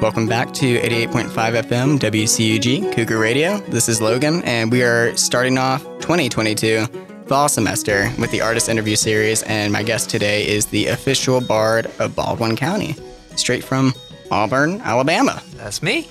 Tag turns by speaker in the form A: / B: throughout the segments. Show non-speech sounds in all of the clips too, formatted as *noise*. A: Welcome back to 88.5 FM WCUG Cougar Radio. This is Logan, and we are starting off 2022 fall semester with the artist interview series. And my guest today is the official bard of Baldwin County, straight from Auburn, Alabama.
B: That's me.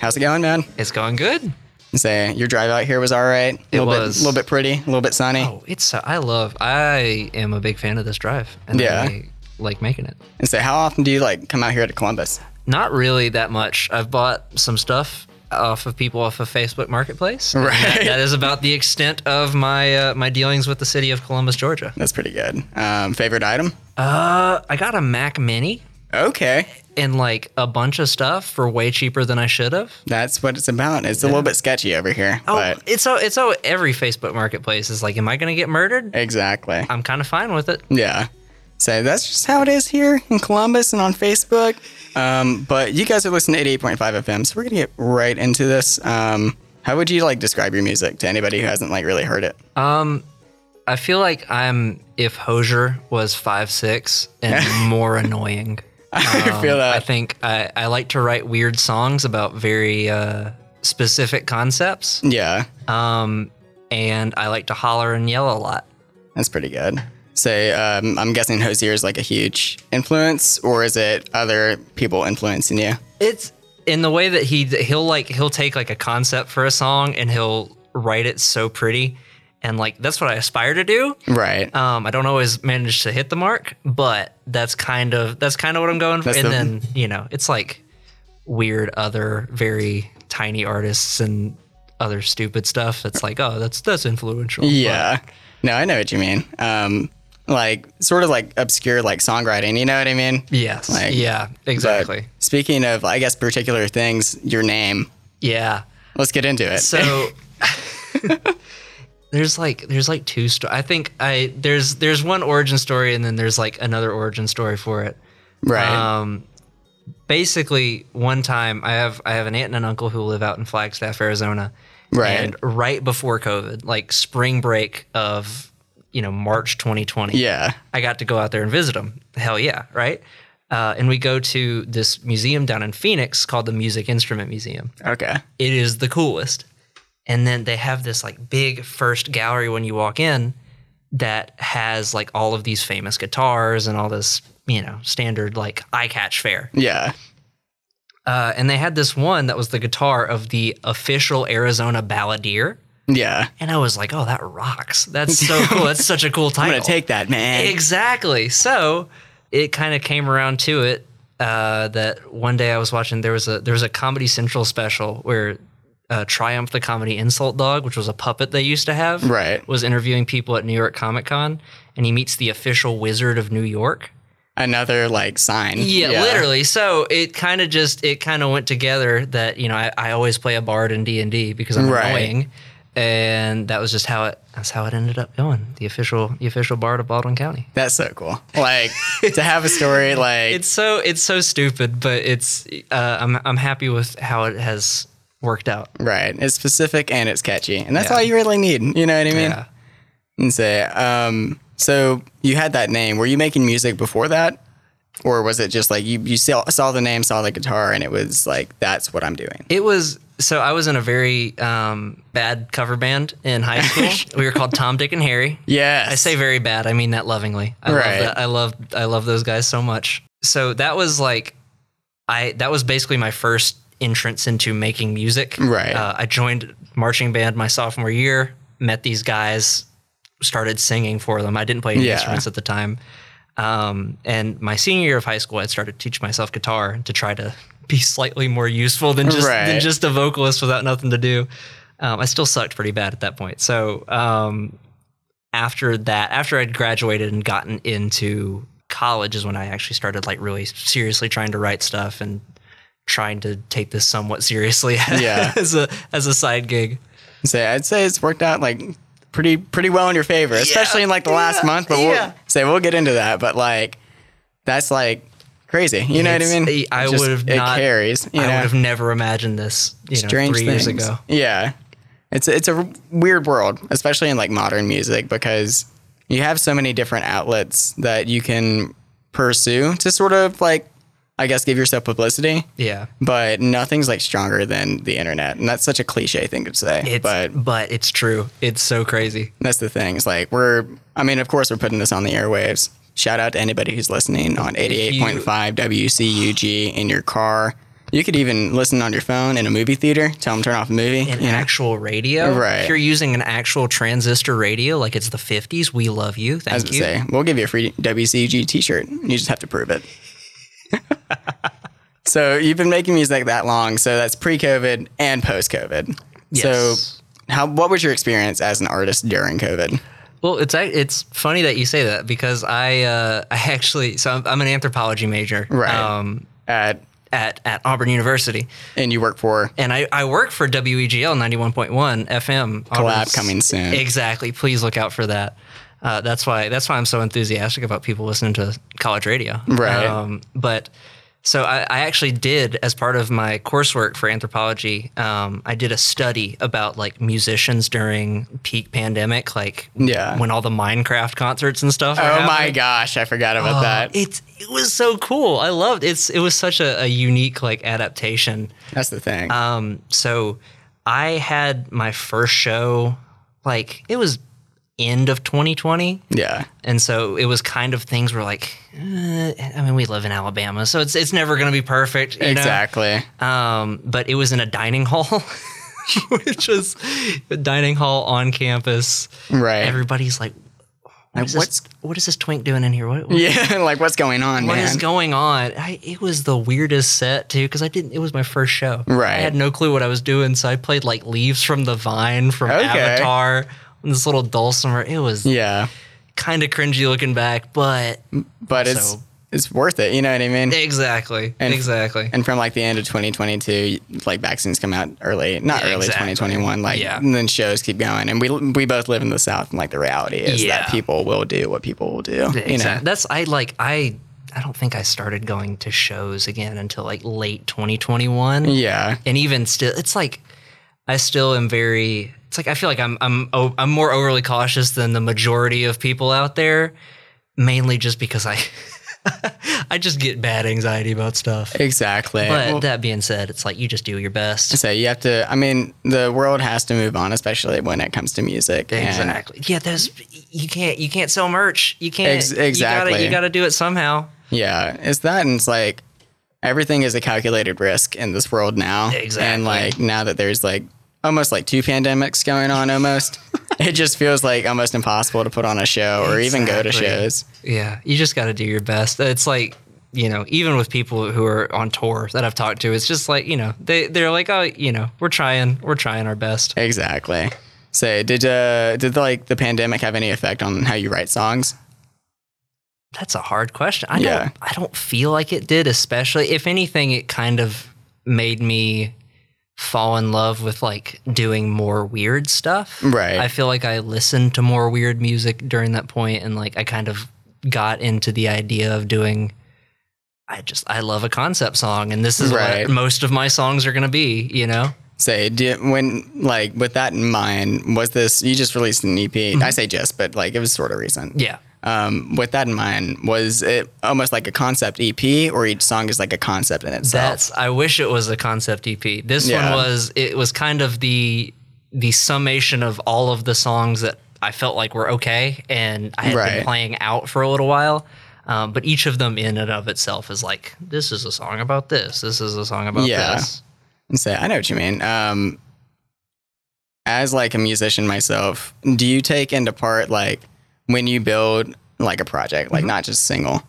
A: How's it going, man?
B: It's going good.
A: Say your drive out here was all right.
B: It
A: little
B: was.
A: bit, little bit pretty, a little bit sunny.
B: Oh, it's uh, I love. I am a big fan of this drive, and
A: Yeah.
B: I like making it.
A: And say, how often do you like come out here to Columbus?
B: Not really that much. I've bought some stuff off of people off of Facebook Marketplace. and that-
A: Right.
B: that is about the extent of my uh, my dealings with the city of Columbus, Georgia.
A: That's pretty good. Um, favorite item?
B: Uh, I got a Mac Mini
A: Okay,
B: and like a bunch of stuff for way cheaper than I should have.
A: that's what it's about. It's a little bit sketchy over here,
B: Oh,
A: but
B: it's so it's so every Facebook Marketplace is like, am I gonna get murdered?
A: exactly.
B: I'm kind of fine with it.
A: Yeah. So that's just how it is here in Columbus and on Facebook. Um, but you guys are listening to 88.5 FM, so we're gonna get right into this. Um, how would you like describe your music to anybody who hasn't like really heard it? *laughs*
B: I feel like I'm if Hosier was five six and more annoying.
A: I feel
B: I
A: that.
B: think I, I like to write weird songs about very uh, specific concepts,
A: yeah,
B: um, and I like to holler and yell a lot.
A: that's pretty good. Say, um, I'm guessing Hosier is like a huge influence, or is it other people influencing you?
B: It's in the way that he he'll like he'll take like a concept for a song and he'll write it so pretty, and like that's what I aspire to do.
A: Right.
B: Um, I don't always manage to hit the mark, but that's kind of that's kind of what I'm going for.
A: That's
B: and
A: the-
B: then you know, it's like weird other very tiny artists and other stupid stuff. That's like, oh, that's that's influential.
A: Yeah. No, I know what you mean. Um, like sort of like obscure like songwriting. You know what I mean?
B: But- yes.
A: Like-
B: yeah.
A: But
B: Exactly.
A: speaking of, I guess particular things, your name.
B: yeah.
A: Let's get into it. *laughs*
B: So *laughs* there's like there's like two sto- I think I there's there's one origin story and then there's like another origin story for it.
A: right.
B: Um, basically, one time I have I have an aunt and an uncle who live out in Flagstaff, Arizona.
A: Right.
B: And right before COVID, like spring break of you know March 2020.
A: yeah.
B: I got to go out there and visit them. Hell yeah, right? Uh, and we go to this museum down in Phoenix called the Music Instrument Museum.
A: Okay.
B: It is the coolest. And then they have this like big first gallery when you walk in that has like all of these famous guitars and all this, you know, standard like eye catch fare.
A: Yeah.
B: Uh, and they had this one that was the guitar of the official Arizona balladeer.
A: Yeah.
B: And I was like, oh, that rocks. That's so
A: *laughs*
B: cool. That's such a cool
A: I'm
B: title.
A: gonna take that, man.
B: Exactly. So it kind of came around to it uh, that one day I was watching there was a there was a Comedy Central special where uh, Triumph the Comedy Insult Dog, which was a puppet they used to have,
A: Right.
B: was interviewing people at New York Comic Con, and he meets the official Wizard of New York.
A: Another like sign.
B: Yeah, literally. So it kind of just it kind of went together that you know I, I always play a bard in D and D because I'm
A: Right.
B: annoying, and that was just how it that's how it ended up going. The official the official bard of Baldwin County.
A: That's so cool. Like to have a story like
B: *laughs* it's so it's so stupid, but it's uh, I'm I'm happy with how it has worked out.
A: right. It's specific and it's catchy, and that's all you really need. You know what I mean?
B: Yeah.
A: And say, um, so you had that name. Were you making music before that? Or was it just like you, you saw, saw the name, saw the guitar, and it was like, that's what I'm doing?
B: It was so I was in a very um, bad cover band in high school. we were called Tom, Dick, and Harry.
A: Yes.
B: I say very bad. I mean that lovingly. I
A: Right.
B: love that. I love I love those guys so much. So that was like I that was basically my first entrance into making music.
A: Right.
B: Uh, I joined marching band my sophomore year. Met these guys. Started singing for them. I didn't play any
A: Yeah.
B: instruments at the time. Um, and my senior year of high school, I started teaching myself guitar to try to be slightly more useful than just
A: Right.
B: than just a vocalist without nothing to do. Um, I still sucked pretty bad at that point. So um, after that, after I'd graduated and gotten into college, is when I actually started like really seriously trying to write stuff and trying to take this somewhat seriously *laughs*
A: Yeah.
B: as a as a side gig.
A: Say, I'd say it's worked out like pretty pretty well in your favor, especially in like the last month. But
B: yeah.
A: we'll say we'll get into that. But like, that's like crazy. You know what I
B: It's-
A: mean?
B: I
A: It just-
B: would've
A: it
B: not-
A: carries. You
B: I
A: know,
B: would have never imagined this, you know,
A: strange
B: three
A: things.
B: years ago.
A: Yeah, it's it's a weird world, especially in like modern music, because you have so many different outlets that you can pursue to sort of like I guess give yourself publicity,
B: Yeah.
A: but nothing's like stronger than the internet. And that's such a cliche thing to say.
B: It's,
A: but
B: but, it's true. It's so crazy.
A: that's the thing. It's like we're I mean, of course we're putting this on the airwaves. Shout out to anybody who's listening on 88.5 WCUG in your car. You could even listen on your phone in a movie theater. Tell them turn off a movie.
B: An
A: you know?
B: actual radio.
A: Right.
B: If you're using an actual transistor radio, like it's the 50s, we love you.
A: I was
B: Thank
A: gonna
B: you.
A: say, we'll give you a free WCG T-shirt. You just have to prove
B: *laughs*
A: it. so you've been making music that long, so that's pre-COVID and post-COVID.
B: Yes.
A: So how what was your experience as an artist during COVID?
B: Well, it's ac- it's funny that you say that because I uh, *laughs* I actually so I'm, I'm an anthropology major
A: Right.
B: um,
A: Uh,
B: at at Auburn University,
A: and you work for
B: and I, I work for WEGL ninety one point one FM.
A: collab
B: Auburn's-
A: coming soon.
B: Exactly. Please look out for that. Uh, that's why that's why I'm so enthusiastic about people listening to college radio. Um,
A: Right.
B: but so I, I actually did as part of my coursework for anthropology. Um, I did a study about like musicians during peak pandemic, like
A: Yeah.
B: when all the Minecraft concerts and stuff. were
A: oh my
B: happening.
A: gosh, I forgot about
B: Uh,
A: that.
B: It's it was so cool. I loved it's it was such a, a unique like adaptation.
A: That's the thing.
B: Um, so I had my first show, like it was end of 2020,
A: yeah.
B: and so it was kind of things were like, eh, I mean, we live in Alabama, so it's it's never gonna be perfect, you know?
A: Exactly.
B: Um, but it was in a dining hall, *laughs* which was a dining hall on campus.
A: Right.
B: Everybody's like,
A: Like,
B: what is,
A: what's-
B: this, what is this twink doing in here? What, what
A: *laughs* yeah, like what's going on,
B: what
A: man?
B: is going on? I, it was the weirdest set too because I didn't. It was my first show.
A: Right.
B: I had no clue what I was doing, so I played like "Leaves from the Vine" from
A: Okay.
B: Avatar. And this little dulcimer. It was
A: yeah.
B: kind of cringy looking back, but
A: But it's
B: So-
A: it's worth it, you know what I mean?
B: exactly,
A: And-
B: exactly.
A: And from like the end of 2022, like vaccines come out early, not
B: Yeah,
A: early
B: exactly.
A: 2021. Like,
B: Yeah.
A: and then shows keep going. And we we both live in the South, and like the reality is
B: Yeah.
A: that people will do what people will do. You know,
B: Exact- That's I like I. I don't think I started going to shows again until like late 2021.
A: yeah,
B: and even still it's like i still am very it's like i feel like i'm i'm o- i'm more overly cautious than the majority of people out there mainly just because i *laughs* i just get bad anxiety about stuff
A: exactly.
B: but
A: Well,
B: that being said it's like you just do your best
A: so you have to. I mean, the world has to move on, especially when it comes to music. and-
B: exactly yeah there's you can't you can't sell merch you can't
A: Ex-
B: you gotta-
A: exactly.
B: you gotta do it somehow
A: yeah, it's that, and it's like everything is a calculated risk in this world now.
B: Exactly.
A: And like now that there's like almost like two pandemics going on,
B: *laughs*
A: almost. It just feels like almost impossible to put on a show or even go to
B: Exactly.
A: shows.
B: Yeah, you just got to do your best. It's like you know, even with people who are on tour that I've talked to, it's just like you know, they they're like, oh, you know, we're trying, we're trying our best.
A: Exactly. So did uh did like the pandemic have any effect on how you write songs?
B: That's a hard question. I
A: Yeah.
B: don't, I don't feel like it did. Especially if anything, it kind of made me fall in love with like doing more weird stuff.
A: Right.
B: I feel like I listened to more weird music during that point, and like I kind of got into the idea of doing. I just I love a concept song, and this is
A: Right.
B: what most of my songs are gonna be. You know,
A: Say did, when like with that in mind, was this you just released an EP?
B: Mm-hmm.
A: I say just, but like it was sort of recent.
B: yeah.
A: Um, with that in mind, was it almost like a concept EP, or each song is like a concept in itself?
B: That's I wish it was a concept EP. This
A: Yeah.
B: one was it was kind of the the summation of all of the songs that I felt like were okay and I had
A: Right.
B: been playing out for a little while. Um, but each of them in and of itself is like this is a song about this. This is a song about
A: Yeah.
B: this.
A: And say I know what you mean. Um, as like a musician myself, do you take into part like when you build like a project,
B: Mm-hmm.
A: like not just single?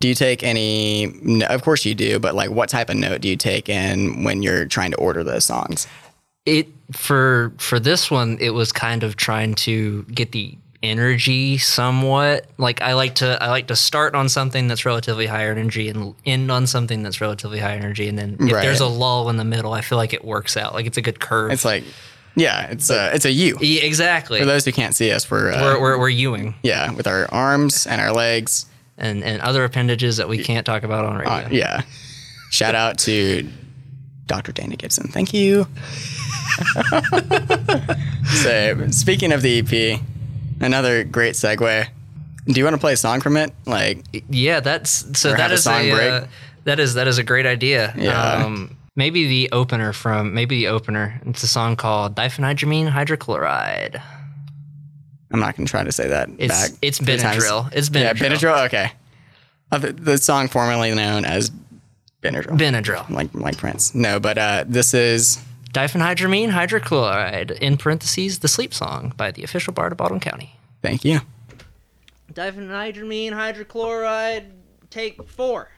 A: Do you take any? no, Of course you do, but like what type of note do you take in when you're trying to order those songs?
B: it for for this one it was kind of trying to get the energy somewhat like i like to i like to start on something that's relatively high energy and end on something that's relatively high energy and then if
A: Right.
B: there's a lull in the middle i feel like it works out like it's a good curve
A: It's like, yeah, it's a it's a U.
B: yeah, exactly
A: For those who can't see us, we're, uh,
B: E we're, we're, we're ewing
A: yeah with our arms and our legs.
B: and and other appendages that we can't talk about on radio
A: Uh, yeah. Shout out to Dr. Dana Gibson. Thank you. so, speaking of the EP, another great segue. Do you want to play a song from it? Like,
B: yeah that's so
A: Or
B: that
A: have a
B: is
A: song
B: a,
A: break.
B: uh, That is that is a great idea.
A: Yeah.
B: Um, maybe the opener from maybe the opener. It's a song called diphenhydramine hydrochloride.
A: I'm not going to try to say that
B: It's
A: back.
B: it's
A: three times.
B: Benadryl. It's Benadryl.
A: Yeah, Benadryl. Okay. Of the, the song formerly known as Benadryl.
B: Benadryl.
A: like like Prince. No, but uh, this is
B: Diphenhydramine hydrochloride in parentheses the sleep song by the official bar of Baldwin County.
A: thank you.
B: Diphenhydramine hydrochloride take 4.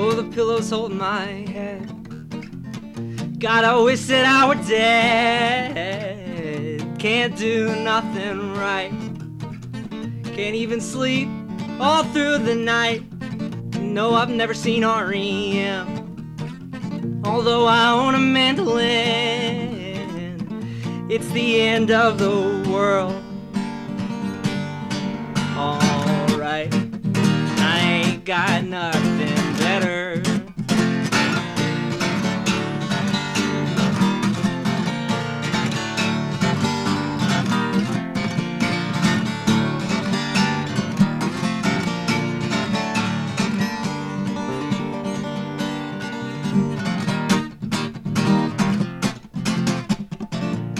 B: Oh, the pillow's holding my head. God, I wish that I were dead. Can't do nothing right. Can't even sleep all through the night. No, I've never seen REM. Although I own a mandolin, it's the end of the world. Alright, I ain't got nothing better.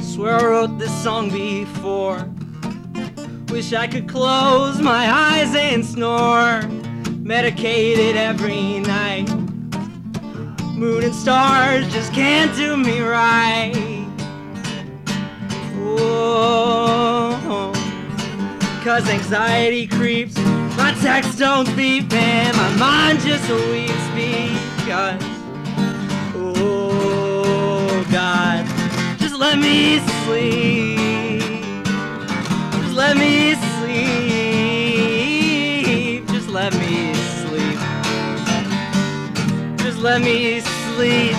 B: Swear I wrote this song before. Wish I could close my eyes and snore. Medicated every night. Moon and stars just can't do me right. Whoa. Cause anxiety creeps, my text don't beep, and my mind just weeps because. Oh God, just let me sleep. Just let me sleep. Just let me sleep. Just let me sleep.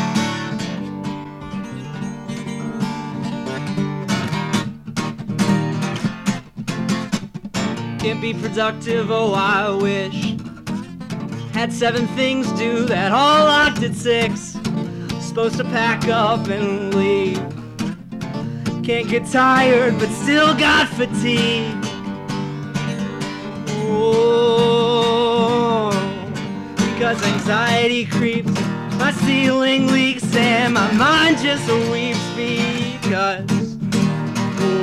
B: Can't be productive, oh I wish. Had seven things due that all locked at six. Supposed to pack up and leave. Can't get tired, but still got fatigue. Oh, because anxiety creeps, my ceiling leaks, and my mind just weeps because.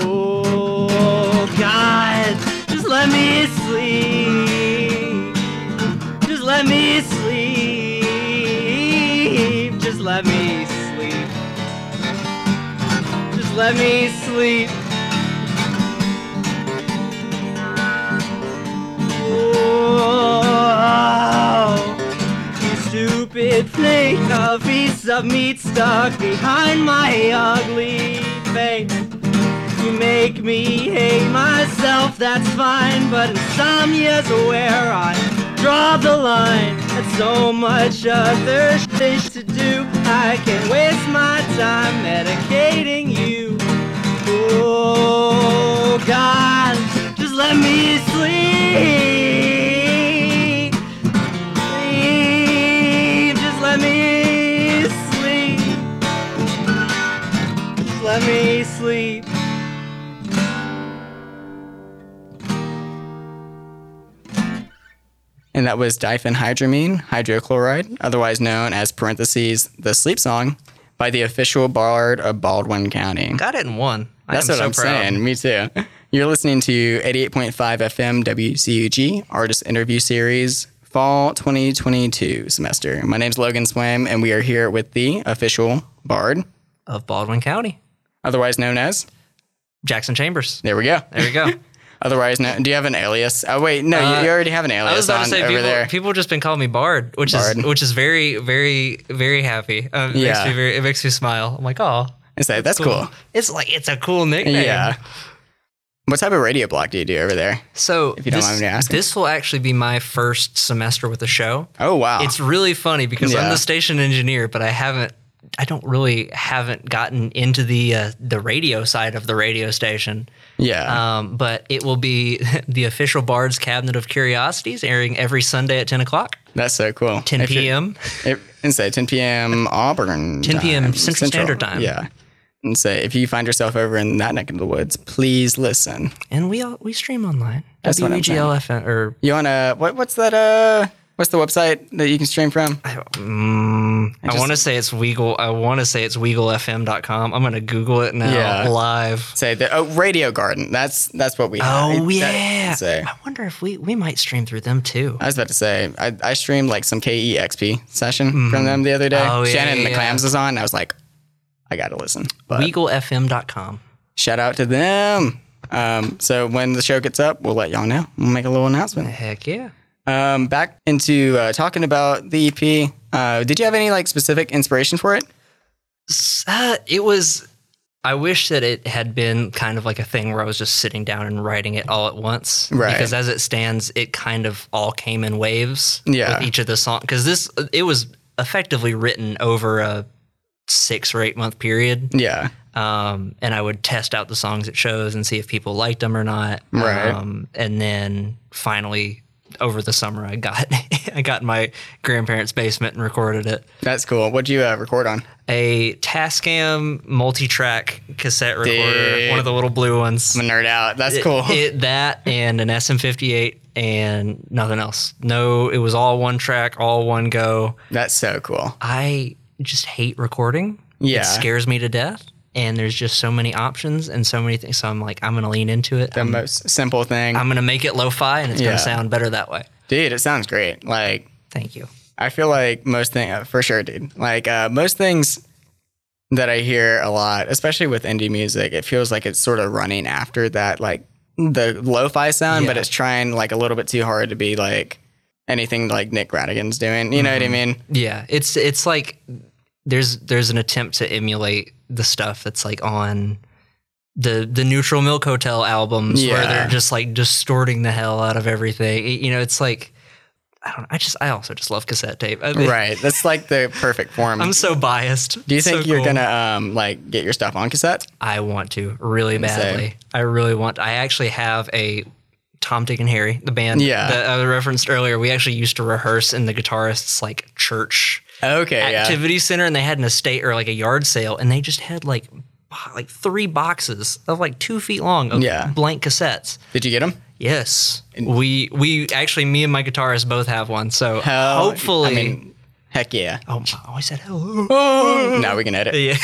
B: Oh, God, just let me sleep. Just let me sleep. Just let me sleep. Just let me sleep. Oh, you stupid flake of piece of meat stuck behind my ugly face. You make me hate myself, that's fine, but insomnia's where I draw the line. And so much other shit to do, I can waste my time medicating you. Oh God, just let me sleep. Sleep, just let me sleep. Just let me sleep.
A: And that was diphenhydramine hydrochloride, otherwise known as parentheses the sleep song, by the official bard of Baldwin County.
B: Got it in one.
A: That's
B: I
A: what
B: am so
A: I'm
B: proud.
A: saying. Me too. You're listening to 88.5 FM WCUG Artist Interview Series Fall 2022 semester. My name's Logan Swam, and we are here with the official bard,
B: Of Baldwin County.
A: otherwise known as.
B: Jackson Chambers.
A: There we go.
B: There
A: *laughs*
B: you go.
A: Otherwise, no, do you have an alias? Oh wait, no, you-
B: Uh,
A: you already have an alias
B: I was about
A: on
B: to say
A: over
B: people,
A: there.
B: people just been calling me Bard, which
A: Bard.
B: is which is very, very, very happy. Um, it
A: Yeah.
B: makes me very, it makes me smile. I'm like, oh,
A: It's like, that's cool.
B: It's like it's a cool nickname.
A: Yeah. What type of radio block do you do over there?
B: So
A: you don't
B: this,
A: mind me asking.
B: this will actually be my first semester with the show.
A: Oh wow,
B: It's really funny because
A: Yeah.
B: I'm the station engineer, but I haven't I don't really haven't gotten into the uh, the radio side of the radio station.
A: Yeah.
B: Um, but it will be *laughs* the official Bard's Cabinet of Curiosities airing every Sunday at 10 o'clock,
A: That's so cool.
B: 10
A: If you're-
B: p.m.
A: If, and say 10 p.m. Auburn.
B: 10 p.m.
A: time,
B: Central Standard Time.
A: Yeah. And say if you find yourself over in that neck of the woods, please listen.
B: And we all, we stream online. E
A: That's what I'm saying.
B: WGLFM or
A: You wanna what? What's that? Uh, what's the website that you can stream from?
B: mm, I,
A: just-
B: want to say it's Weagle. I want to say it's WeagleFM.com. I'm gonna Google it now
A: Yeah.
B: live.
A: Say the oh, Radio Garden. That's that's what we. have.
B: Oh
A: It- that-
B: yeah.
A: say.
B: I wonder if we we might stream through them too.
A: I was about to say I, I streamed like some KEXP session from them the other day.
B: Oh, yeah,
A: Shannon and
B: yeah,
A: the
B: yeah.
A: Clams was on. And I was like, I gotta listen. But
B: WeagleFM.com.
A: shout out to them. Um, so when the show gets up, we'll let y'all know. We'll make a little announcement.
B: Heck yeah.
A: Um, back into uh, talking about the EP. Uh, did you have any like specific inspiration for it?
B: S- Uh, it was. I wish that it had been kind of like a thing where I was just sitting down and writing it all at once.
A: Right.
B: Because as it stands, it kind of all came in waves.
A: Yeah.
B: With each of the songs, because this it was effectively written over a six or eight month period.
A: Yeah.
B: um, and I would test out the songs at shows and see if people liked them or not.
A: Right.
B: Um, and then finally, over the summer, I got *laughs* I got in my grandparents' basement and recorded it.
A: That's cool. What'd you uh, record on?
B: A Tascam multi-track cassette recorder,
A: Dude.
B: one of the little blue ones.
A: I'm a nerd out. That's cool.
B: It, that and an SM58 and nothing else. No, it was all one track, all one go.
A: *laughs* That's so cool.
B: I just hate recording.
A: Yeah.
B: It scares me to death. And there's just so many options and so many things. So I'm like, I'm going to lean into it.
A: The
B: I'm,
A: most simple thing.
B: going to make it lo fi and it's
A: Yeah.
B: going to sound better that way.
A: dude, it sounds great. Like,
B: Thank you.
A: I feel like most things, for sure, dude. Like, uh, most things that I hear a lot, especially with indie music, it feels like it's sort of running after that, like the lo fi sound, but
B: Yeah.
A: it's trying like a little bit too hard to be like anything like Nick Radigan's doing. You know
B: Mm-hmm.
A: what I
B: *laughs*
A: mean?
B: Yeah. It's, it's like there's, there's an attempt to emulate the stuff that's like on the, the neutral milk hotel albums where
A: Yeah.
B: they're just like distorting the hell out of everything. It- you know, it's like, I don't know. I just, I also just love cassette tape. I mean,
A: Right. That's like the perfect form.
B: I'm so biased.
A: Do you think you're
B: going to?
A: gonna um like get your stuff on cassette?
B: I want to really badly. I really want. I actually have a Tom, Dick, and Harry, the band
A: Yeah.
B: that I referenced earlier. We actually used to rehearse in the guitarist's like church
A: Okay, yeah.
B: activity center, and they had an estate or like a yard sale, and they just had like bo- like three boxes of like two feet long of
A: Yeah.
B: blank cassettes.
A: Did you get them?
B: Yes, we we actually me and my guitarist both have one. So hopefully,
A: I mean, heck yeah.
B: oh, I always said hello. *laughs* Oh.
A: now we can edit.
B: Yeah.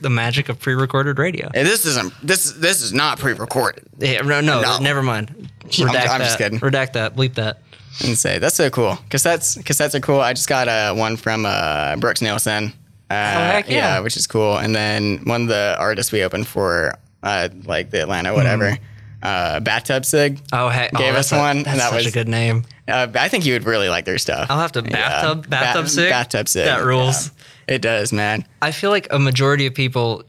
B: the magic of pre-recorded radio.
A: Hey, this isn't this this is not pre-recorded.
B: Yeah, no, no,
A: No.
B: never mind. Redact
A: I'm
B: that.
A: just kidding.
B: Redact that. Bleep that.
A: And say that's so cool. Cassettes cassettes are cool. I just got uh, one from uh, Brooks Nielsen. Uh,
B: Oh, heck yeah.
A: which is cool. And then one of the artists we opened for uh, like the
B: Hmm.
A: Atlanta whatever. Uh, bathtub sig.
B: Oh, hey, oh,
A: Gave us
B: that's a-
A: one, and
B: That's
A: that
B: such a
A: was-
B: good name.
A: Uh, I think you would really like their stuff.
B: I'll have to bathtub
A: Ba-
B: Uh-huh. bathtub sick.
A: Bathtub sig.
B: That rules.
A: Yeah. It does, man.
B: I feel like a majority of people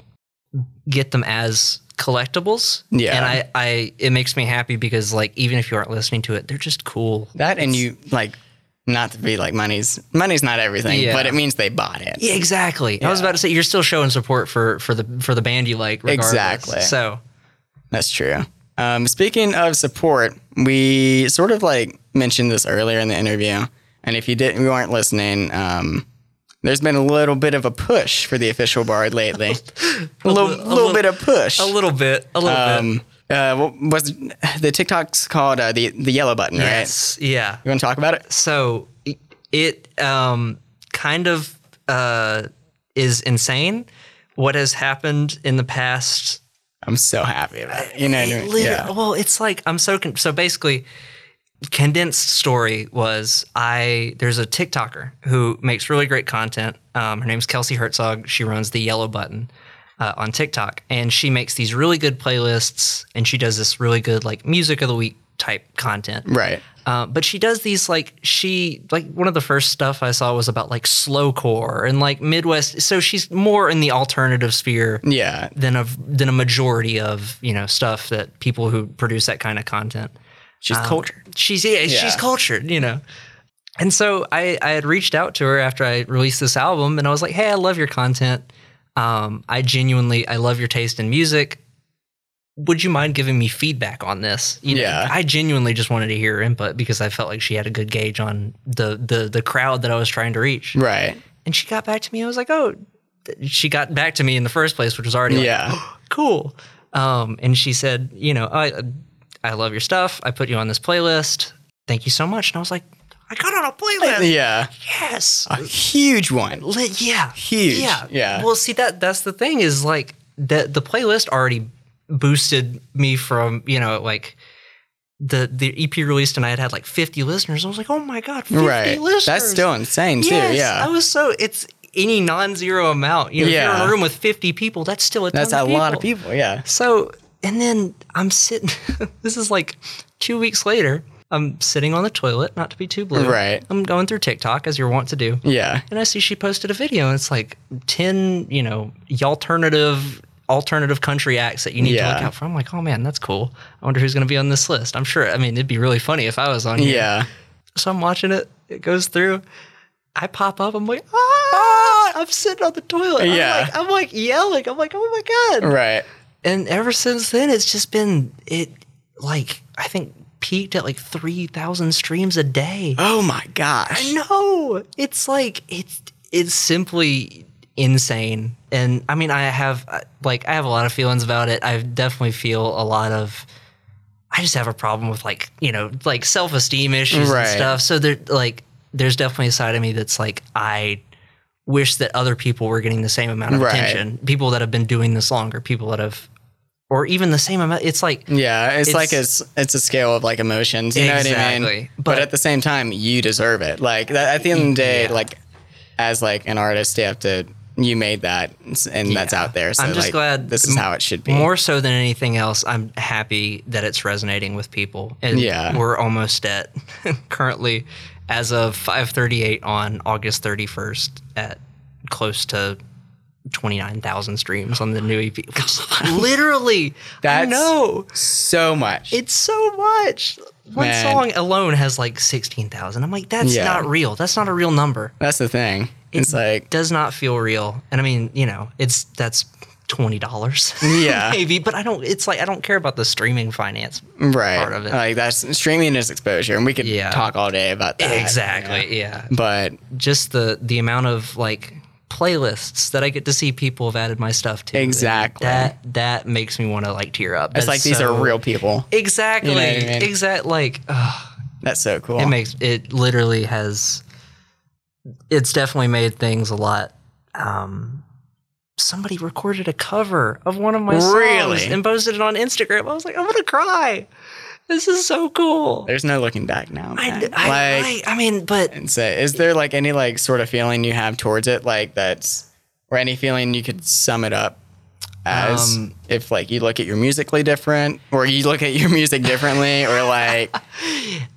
B: get them as collectibles.
A: Yeah.
B: and I, I, it makes me happy because like even if you aren't listening to it, they're just cool.
A: That and you like not to be like money's money's not everything,
B: Yeah.
A: but it means they bought it.
B: Yeah, exactly. I was about to say you're still showing support for for the for the band you like. Regardless.
A: Exactly.
B: So
A: That's true. Um, speaking of support, we sort of like mentioned this earlier in the interview, and if you didn't, you weren't listening. Um, there's been a little bit of a push for the official bard
B: *laughs*
A: lately. a little,
B: li- a
A: little
B: li-
A: bit of push.
B: a little bit, a little bit.
A: um, uh, what was the TikTok's called uh, the the yellow button, right?
B: Yes. Yeah.
A: You want to talk about it?
B: so it- it um, kind of uh, is insane what has happened in the past
A: I'm so happy about it. You know, what I
B: it
A: mean?
B: lit-
A: yeah,
B: Well, it's like I'm so con- so basically. Condensed story was I there's a TikToker who makes really great content. Um, her name's Kelsey Herzog. She runs the Yellow Button uh, on TikTok, and she makes these really good playlists. And she does this really good like music of the week type content.
A: right.
B: Uh, but she does these like she like one of the first stuff I saw was about like slowcore and like Midwest. So she's more in the alternative sphere
A: Yeah,
B: than of than a majority of you know stuff that people who produce that kind of content.
A: Um, she's cultured.
B: She's yeah,
A: Yeah.
B: she's cultured, you know. And so I, I had reached out to her after I released this album, and I was like, "Hey, I love your content. Um, I genuinely, I love your taste in music. Would you mind giving me feedback on this? You know,
A: Yeah.
B: I genuinely just wanted to hear her input because I felt like she had a good gauge on the the the crowd that I was trying to reach.
A: Right.
B: And she got back to me. I was like, "Oh," she got back to me in the first place, which was already like,
A: Yeah.
B: *gasps* cool. Um, and she said, you know, I, I love your stuff. I put you on this playlist. Thank you so much. And I was like, I got on a playlist.
A: Yeah.
B: Yes.
A: A huge one.
B: Li- yeah.
A: Huge.
B: Yeah.
A: Yeah.
B: Well, see that that's the thing is like that the playlist already boosted me from you know like the the EP released and I had had like 50 listeners. I was like, oh my god, 50
A: Right.
B: listeners.
A: That's still insane too.
B: Yes,
A: Yeah.
B: I was so it's any non-zero amount. You know, if you're in
A: Yeah.
B: a room with 50 people, that's still a ton
A: That's a lot of people. Yeah.
B: so, and then I'm sitting, *laughs* this is like two weeks later. I'm sitting on the toilet, not to be too blue.
A: Right.
B: I'm going through TikTok as you're wont to do.
A: Yeah.
B: And I see she posted a video and it's like 10, you know, alternative alternative country acts that you need to
A: Yeah.
B: look out for. I'm like, oh man, that's cool. I wonder who's gonna be on this list. I'm sure I mean it'd be really funny if I was on here.
A: Yeah.
B: So I'm watching it, it goes through. I pop up, I'm like, ah, I'm sitting on the toilet.
A: Yeah.
B: I'm like, I'm like yelling. I'm like, oh my God
A: Right.
B: and ever since then it's just been it like i think peaked at like 3000 streams a day
A: Oh my gosh.
B: no it's like it's it's simply insane and i mean i have uh, like i have a lot of feelings about it i definitely feel a lot of i just have a problem with like you know like self-esteem issues
A: Right.
B: and stuff so there like there's definitely a side of me that's like i wish that other people were getting the same amount of
A: Right.
B: attention people that have been doing this longer people that have or even the same amount it's like
A: Yeah, it's,
B: It's-
A: like it's it's a scale of like emotions. You know what I mean?
B: Exactly.
A: But,
B: But-
A: at the same time, you deserve it. Like that, at the end of the day,
B: Yeah.
A: like as like an artist, you have to you made that and that's
B: Yeah.
A: out there. So
B: I'm just
A: like,
B: glad
A: this is how it should be.
B: More so than anything else, I'm happy that it's resonating with people. And
A: Yeah.
B: we're almost at *laughs* currently as of 5:38 on August 31st at close to 29,000 streams on the new *laughs* EP. which is Literally, I
A: That's-
B: know
A: so much.
B: it's so much. One
A: Man.
B: song alone has like 16,000. I'm like, that's
A: Yeah.
B: not real. That's not a real number
A: that's the thing. It's like
B: does not feel real. And I mean, you know, it's that's twenty dollars.
A: Yeah.
B: *laughs* Maybe, but I don't it's like I don't care about the streaming finance.
A: right.
B: part of it.
A: Like that's streaming is exposure, and we could
B: Yeah.
A: talk all day about that.
B: Exactly. Yeah.
A: But
B: Just the the amount of like playlists that I get to see people have added my stuff to.
A: Exactly.
B: That that makes me want to like tear up.
A: it's like these are real people.
B: Exactly.
A: You know what I mean?
B: Exact like ugh,
A: That's so cool.
B: it makes it literally has it's definitely made things a lot um somebody recorded a cover of one of my
A: Really?
B: songs and posted it on instagram i was like i'm gonna cry this is so cool
A: There's no looking back now.
B: I,
A: man.
B: I,
A: like,
B: I, I mean but
A: and say, is there like any like sort of feeling you have towards it, like that's, or any feeling you could sum it up as
B: Um,
A: if like you look at your musically different, or you look at your music differently, or
B: *laughs*
A: like,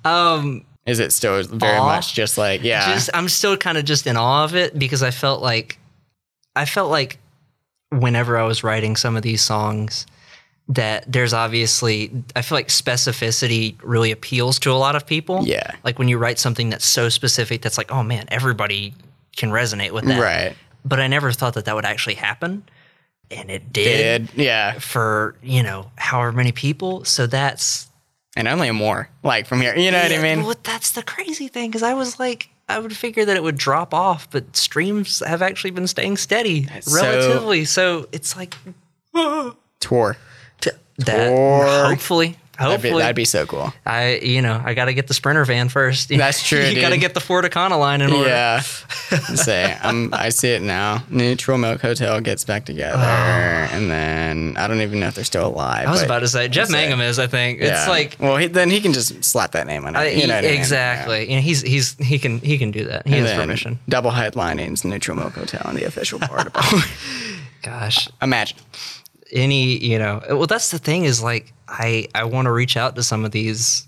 B: um
A: is it still very
B: Aw.
A: much just like, yeah,
B: just i'm still kind of just in awe of it because i felt like i felt like whenever i was writing some of these songs that there's obviously i feel like specificity really appeals to a lot of people
A: yeah,
B: like when you write something that's so specific that's like oh man everybody can resonate with that
A: right,
B: but i never thought that that would actually happen and it did,
A: did, yeah,
B: for you know however many people so that's
A: and only more like from here, you know what I mean?
B: well that's the crazy thing because i was like i would figure that it would drop off but streams have actually been staying steady
A: so-
B: relatively so it's like
A: Tour,
B: t- that
A: Or-
B: hopefully
A: that'd be,
B: hopefully
A: that'd be so cool.
B: i you know i gotta get the sprinter van first *laughs*
A: That's true,
B: you gotta
A: dude.
B: get the ford Econo line in order
A: Yeah, *laughs* say I'm, I see it now. Neutral Milk Hotel gets back together,
B: *sighs*
A: and then I don't even know if they're still alive.
B: I was
A: but-
B: about to say Jeff
A: say-
B: Mangum is. I think it's
A: Yeah.
B: like
A: well, he, then he can just slap that name on it. you know what I mean?
B: exactly. You know, he's he's he can he can do that. He
A: Yeah. And
B: has
A: then
B: permission.
A: Double headlinings, Neutral Milk Hotel, and the official part. about
B: *laughs* Gosh,
A: *laughs* Imagine.
B: any you know. Well, that's the thing is like I I want to reach out to some of these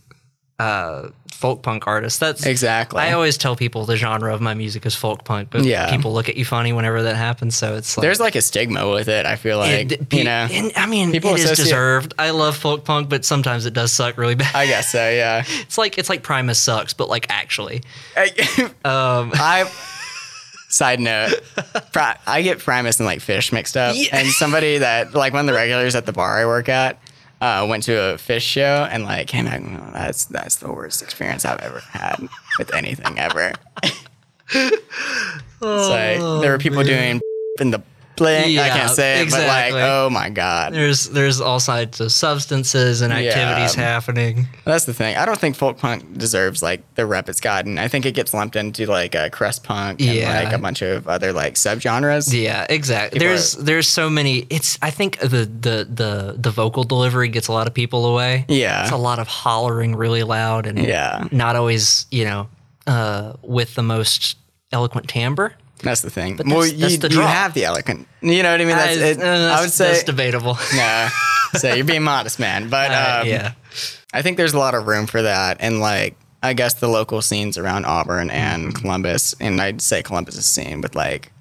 B: uh folk punk artist. That's
A: Exactly.
B: I always tell people the genre of my music is folk punk, but
A: Yeah.
B: people look at you funny whenever that happens. So it's like
A: There's like a stigma with it. I feel like
B: it- pe-
A: you
B: *laughs*
A: know.
B: and, I mean,
A: people
B: it is
A: associate-
B: deserved. I love folk punk, but sometimes it does suck really bad. *laughs*
A: I guess so. Yeah.
B: it's like it's like Primus sucks, but like actually,
A: I-
B: *laughs* um,
A: *laughs* I. Side
B: *laughs*
A: note, Pri- I get Primus and like fish mixed up.
B: Yeah.
A: And somebody that like one of the regulars at the bar I work at uh, went to a fish show and like came back. "Oh, that's that's the worst experience I've ever had with anything ever. *laughs* it's like there were people doing *laughs* in the blink. I
B: Oh, Yeah,
A: can't say it, but
B: exactly.
A: like oh my god,
B: there's there's all sides of substances and activities
A: Yeah.
B: happening.
A: That's the thing. I don't think folk punk deserves like the rep it's gotten. I think it gets lumped into like uh, crust punk and
B: Yeah.
A: like a bunch of other like subgenres.
B: Yeah, exactly.
A: People
B: There's there's so many. It's I think the the the the vocal delivery gets a lot of people away.
A: Yeah.
B: it's a lot of hollering really loud and
A: Yeah.
B: not always you know uh, with the most eloquent timbre.
A: That's the thing.
B: But
A: well,
B: that's-
A: you,
B: that's the
A: you
B: draw.
A: have the eloquent. You know what I mean? That's,
B: I,
A: it, I would say
B: uh, that's debatable.
A: *laughs* no. so you're being modest, man. But
B: Uh,
A: um,
B: *laughs* yeah,
A: I think there's a lot of room for that, and like I guess the local scenes around Auburn and
B: Mm-hmm.
A: Columbus, and I'd say Columbus is seen with like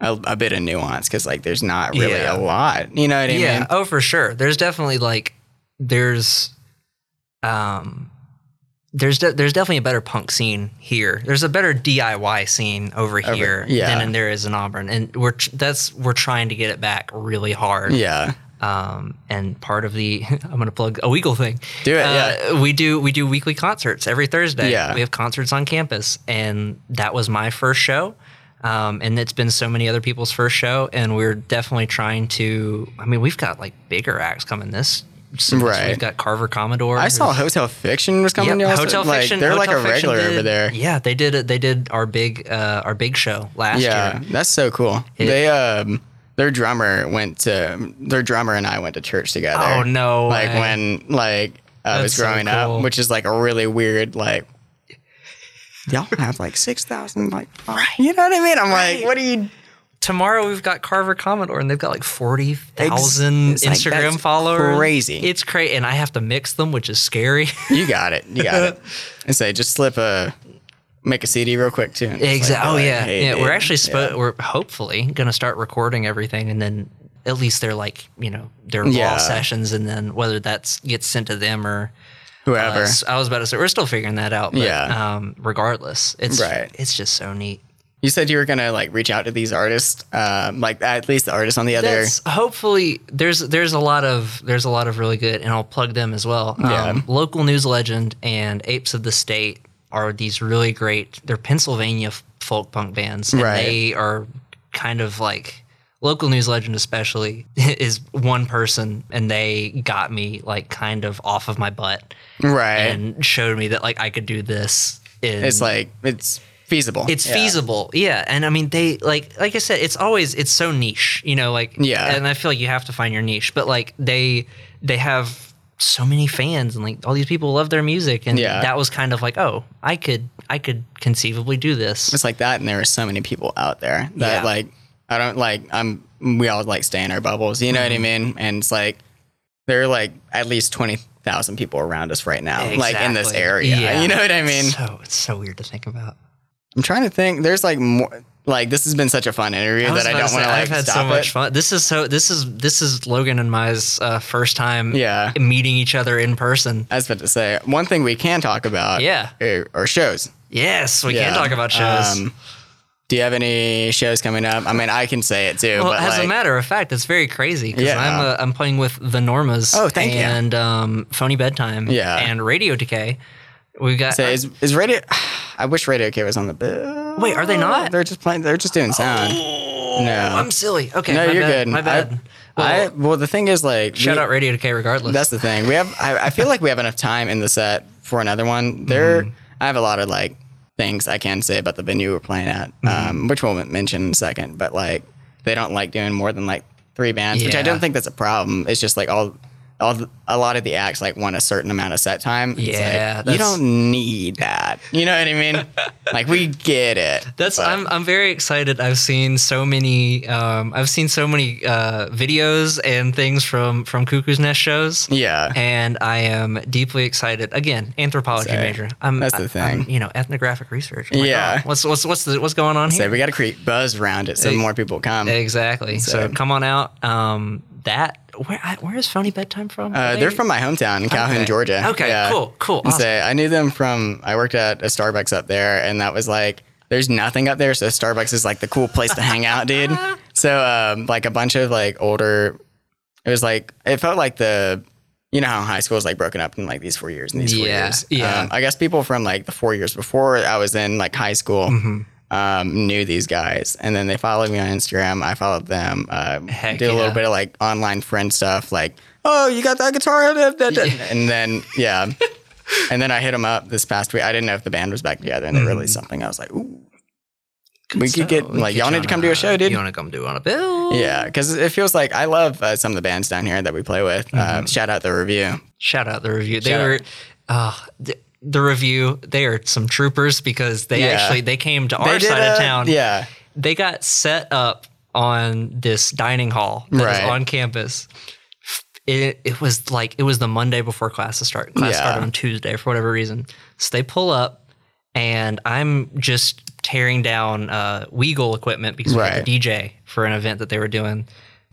A: a, a bit of nuance because like there's not really
B: Yeah.
A: a lot. You know what I
B: yeah.
A: mean?
B: Oh, for sure. There's definitely like there's um there's de- there's definitely a better punk scene here. There's a better DIY scene over, here
A: yeah.
B: than in there is in Auburn, and we're tr- that's we're trying to get it back really hard.
A: Yeah.
B: Um, and part of the *laughs* I'm gonna plug a Weagle thing.
A: Do it,
B: Uh,
A: yeah.
B: We do we do weekly concerts every Thursday.
A: Yeah.
B: We have concerts on campus, and that was my first show. Um, and it's been so many other people's first show, and we're definitely trying to. I mean, we've got like bigger acts coming this. semester.
A: Right.
B: We've got Carver Commodore.
A: I saw
B: who's-
A: Hotel Fiction was coming.
B: Yep,
A: y'all.
B: Hotel
A: like,
B: Fiction.
A: They're like
B: Hotel
A: a
B: Fiction
A: regular
B: did-
A: over there.
B: Yeah, they did it. They did our big uh, our big show last
A: Yeah,
B: year.
A: that's so cool. they um, their drummer went to their drummer and I went to church together.
B: Oh, no
A: Like
B: way.
A: when like I was
B: That's so
A: growing
B: cool.
A: up, which is like a really weird like. Y'all have like six thousand like right. you know what I mean? I'm like, what are you?
B: Tomorrow we've got Carver Commodore, and they've got like forty thousand
A: It's like,
B: Instagram
A: that's
B: followers.
A: crazy.
B: It's crazy, and I have to mix them, which is scary. *laughs*
A: You got it. You got it. And say, just slip a, make a CD real quick too. and just, like,
B: Exactly.
A: be
B: oh
A: like,
B: yeah,
A: hey,
B: yeah. We're
A: dude.
B: actually
A: Yeah.
B: spo- we're hopefully gonna start recording everything, and then at least they're like you know their raw
A: Yeah.
B: sessions, and then whether that's gets sent to them or uh,
A: whoever.
B: s- I was about to say we're still figuring that out. But,
A: Yeah.
B: Um, regardless, it's
A: Right.
B: It's just so neat.
A: You said you were gonna like reach out to these artists, um, like at least the artists on the other.
B: That's hopefully there's there's a lot of there's a lot of really good, and I'll plug them as well. Um,
A: Yeah.
B: Local news legend and Apes of the State are these really great. They're Pennsylvania f- folk punk bands, and
A: Right.
B: they are kind of like local news legend, especially *laughs* is one person, and they got me like kind of off of my butt
A: Right.
B: and showed me that like I could do this. In,
A: it's like it's feasible.
B: it's
A: Yeah.
B: feasible yeah and i mean they like like i said it's always it's so niche you know like
A: Yeah.
B: and i feel like you have to find your niche but like they they have so many fans and like all these people love their music and
A: Yeah.
B: that was kind of like oh i could i could conceivably do this
A: It's like that, and there are so many people out there
B: Yeah.
A: that like I don't like. I'm we all like stay in our bubbles. You know
B: Mm-hmm.
A: what I mean? And it's like there are like at least twenty thousand people around us right now, like in this
B: Exactly.
A: area.
B: Yeah.
A: You know what I mean?
B: so it's so weird to think about
A: I'm trying to think. There's like more. Like this has been such a fun interview
B: was
A: that I don't
B: about to
A: want to
B: say,
A: like
B: I've had
A: stop
B: so much
A: it.
B: fun. This is so. This is this is Logan and my's uh, first time.
A: Yeah.
B: meeting each other in person.
A: I was about to say one thing we can talk about.
B: Yeah.
A: Are, are shows.
B: Yes, we can
A: Yeah.
B: talk about shows.
A: Um, do you have any shows coming up? I mean, I can say it too.
B: Well,
A: but
B: as
A: like,
B: a matter of fact, it's very crazy because
A: Yeah.
B: I'm uh, I'm playing with the Normas.
A: Oh, thank you.
B: and, um, Phony Bedtime.
A: Yeah.
B: and Radio Decay. We've got.
A: So is, is Radio? *sighs* I wish Radio K was on the bill.
B: Wait, are they not?
A: They're just playing. They're just doing sound.
B: Oh,
A: no.
B: I'm silly. Okay,
A: no,
B: my
A: you're
B: bad,
A: good.
B: My bad.
A: I, I-
B: well,
A: well, the thing is, like,
B: shout
A: we-
B: out Radio Decay regardless.
A: That's the thing. We have. I, I feel like we have enough time in the set for another one. There,
B: Mm-hmm.
A: I have a lot of like things I can say about the venue we're playing at,
B: Mm-hmm.
A: um, which we'll mention in a second. But like, they don't like doing more than like three bands, which I
B: Yeah.
A: don't think that's a problem. It's just like all all the, a lot of the acts like want a certain amount of set time. It's
B: Yeah,
A: like, you
B: that's-
A: don't need that. You know what I
B: *laughs*
A: mean? like we get it.
B: That's
A: but-
B: I'm I'm very excited. I've seen so many um, I've seen so many uh, videos and things from from Cuckoo's Nest shows.
A: yeah.
B: And I am deeply excited. Again, anthropology
A: Sorry.
B: major. I'm,
A: That's the
B: I'm,
A: thing.
B: you know, ethnographic research. I'm like,
A: Yeah.
B: oh, what's what's what's the, what's going on here?
A: So we got to create buzz around it so more people come.
B: Exactly.
A: So-
B: So, come on out. Um, that where I- where is Phony Bedtime from?
A: Uh, they're from my hometown in Calhoun,
B: Okay.
A: Georgia.
B: Okay, cool, cool,
A: And
B: awesome.
A: So I knew them from, I worked at a Starbucks up there, and that was like, there's nothing up there. So Starbucks is like the cool place to hang out,
B: *laughs*
A: dude. So, um, like a bunch of like older, it was like, it felt like the, you know how high school is like broken up in like these four years and these four
B: Yeah,
A: years.
B: yeah.
A: Um, I guess people from like the four years before I was in like high school
B: Mm-hmm.
A: um, knew these guys, and then they followed me on Instagram. I followed them. Uh,
B: Heck
A: did a little
B: yeah.
A: bit of like online friend stuff, like oh, you got that guitar, *laughs* Da- da- da- and then yeah, and then I hit them up this past week. I didn't know if the band was back together, and
B: Mm-hmm.
A: they released something. I was like, ooh, we could get like y'all need to come do a show, dude.
B: Oh, You want to come do on a bill?
A: Yeah, because it feels like I love uh, some of the bands down here that we play with.
B: Mm-hmm.
A: Uh, shout out the review.
B: Shout out the review. They
A: Shout
B: were uh, the, the review. They are some troopers because they
A: Yeah.
B: actually they came to
A: They
B: our
A: did
B: side of
A: a-
B: town.
A: Yeah,
B: They got set up on this dining hall that is
A: Right.
B: on campus. It, it was like it was the Monday before classes start. Class
A: Yeah.
B: started on Tuesday for whatever reason. So they pull up, and I'm just tearing down uh, Weagle equipment because we had
A: Right.
B: the DJ for an event that they were doing,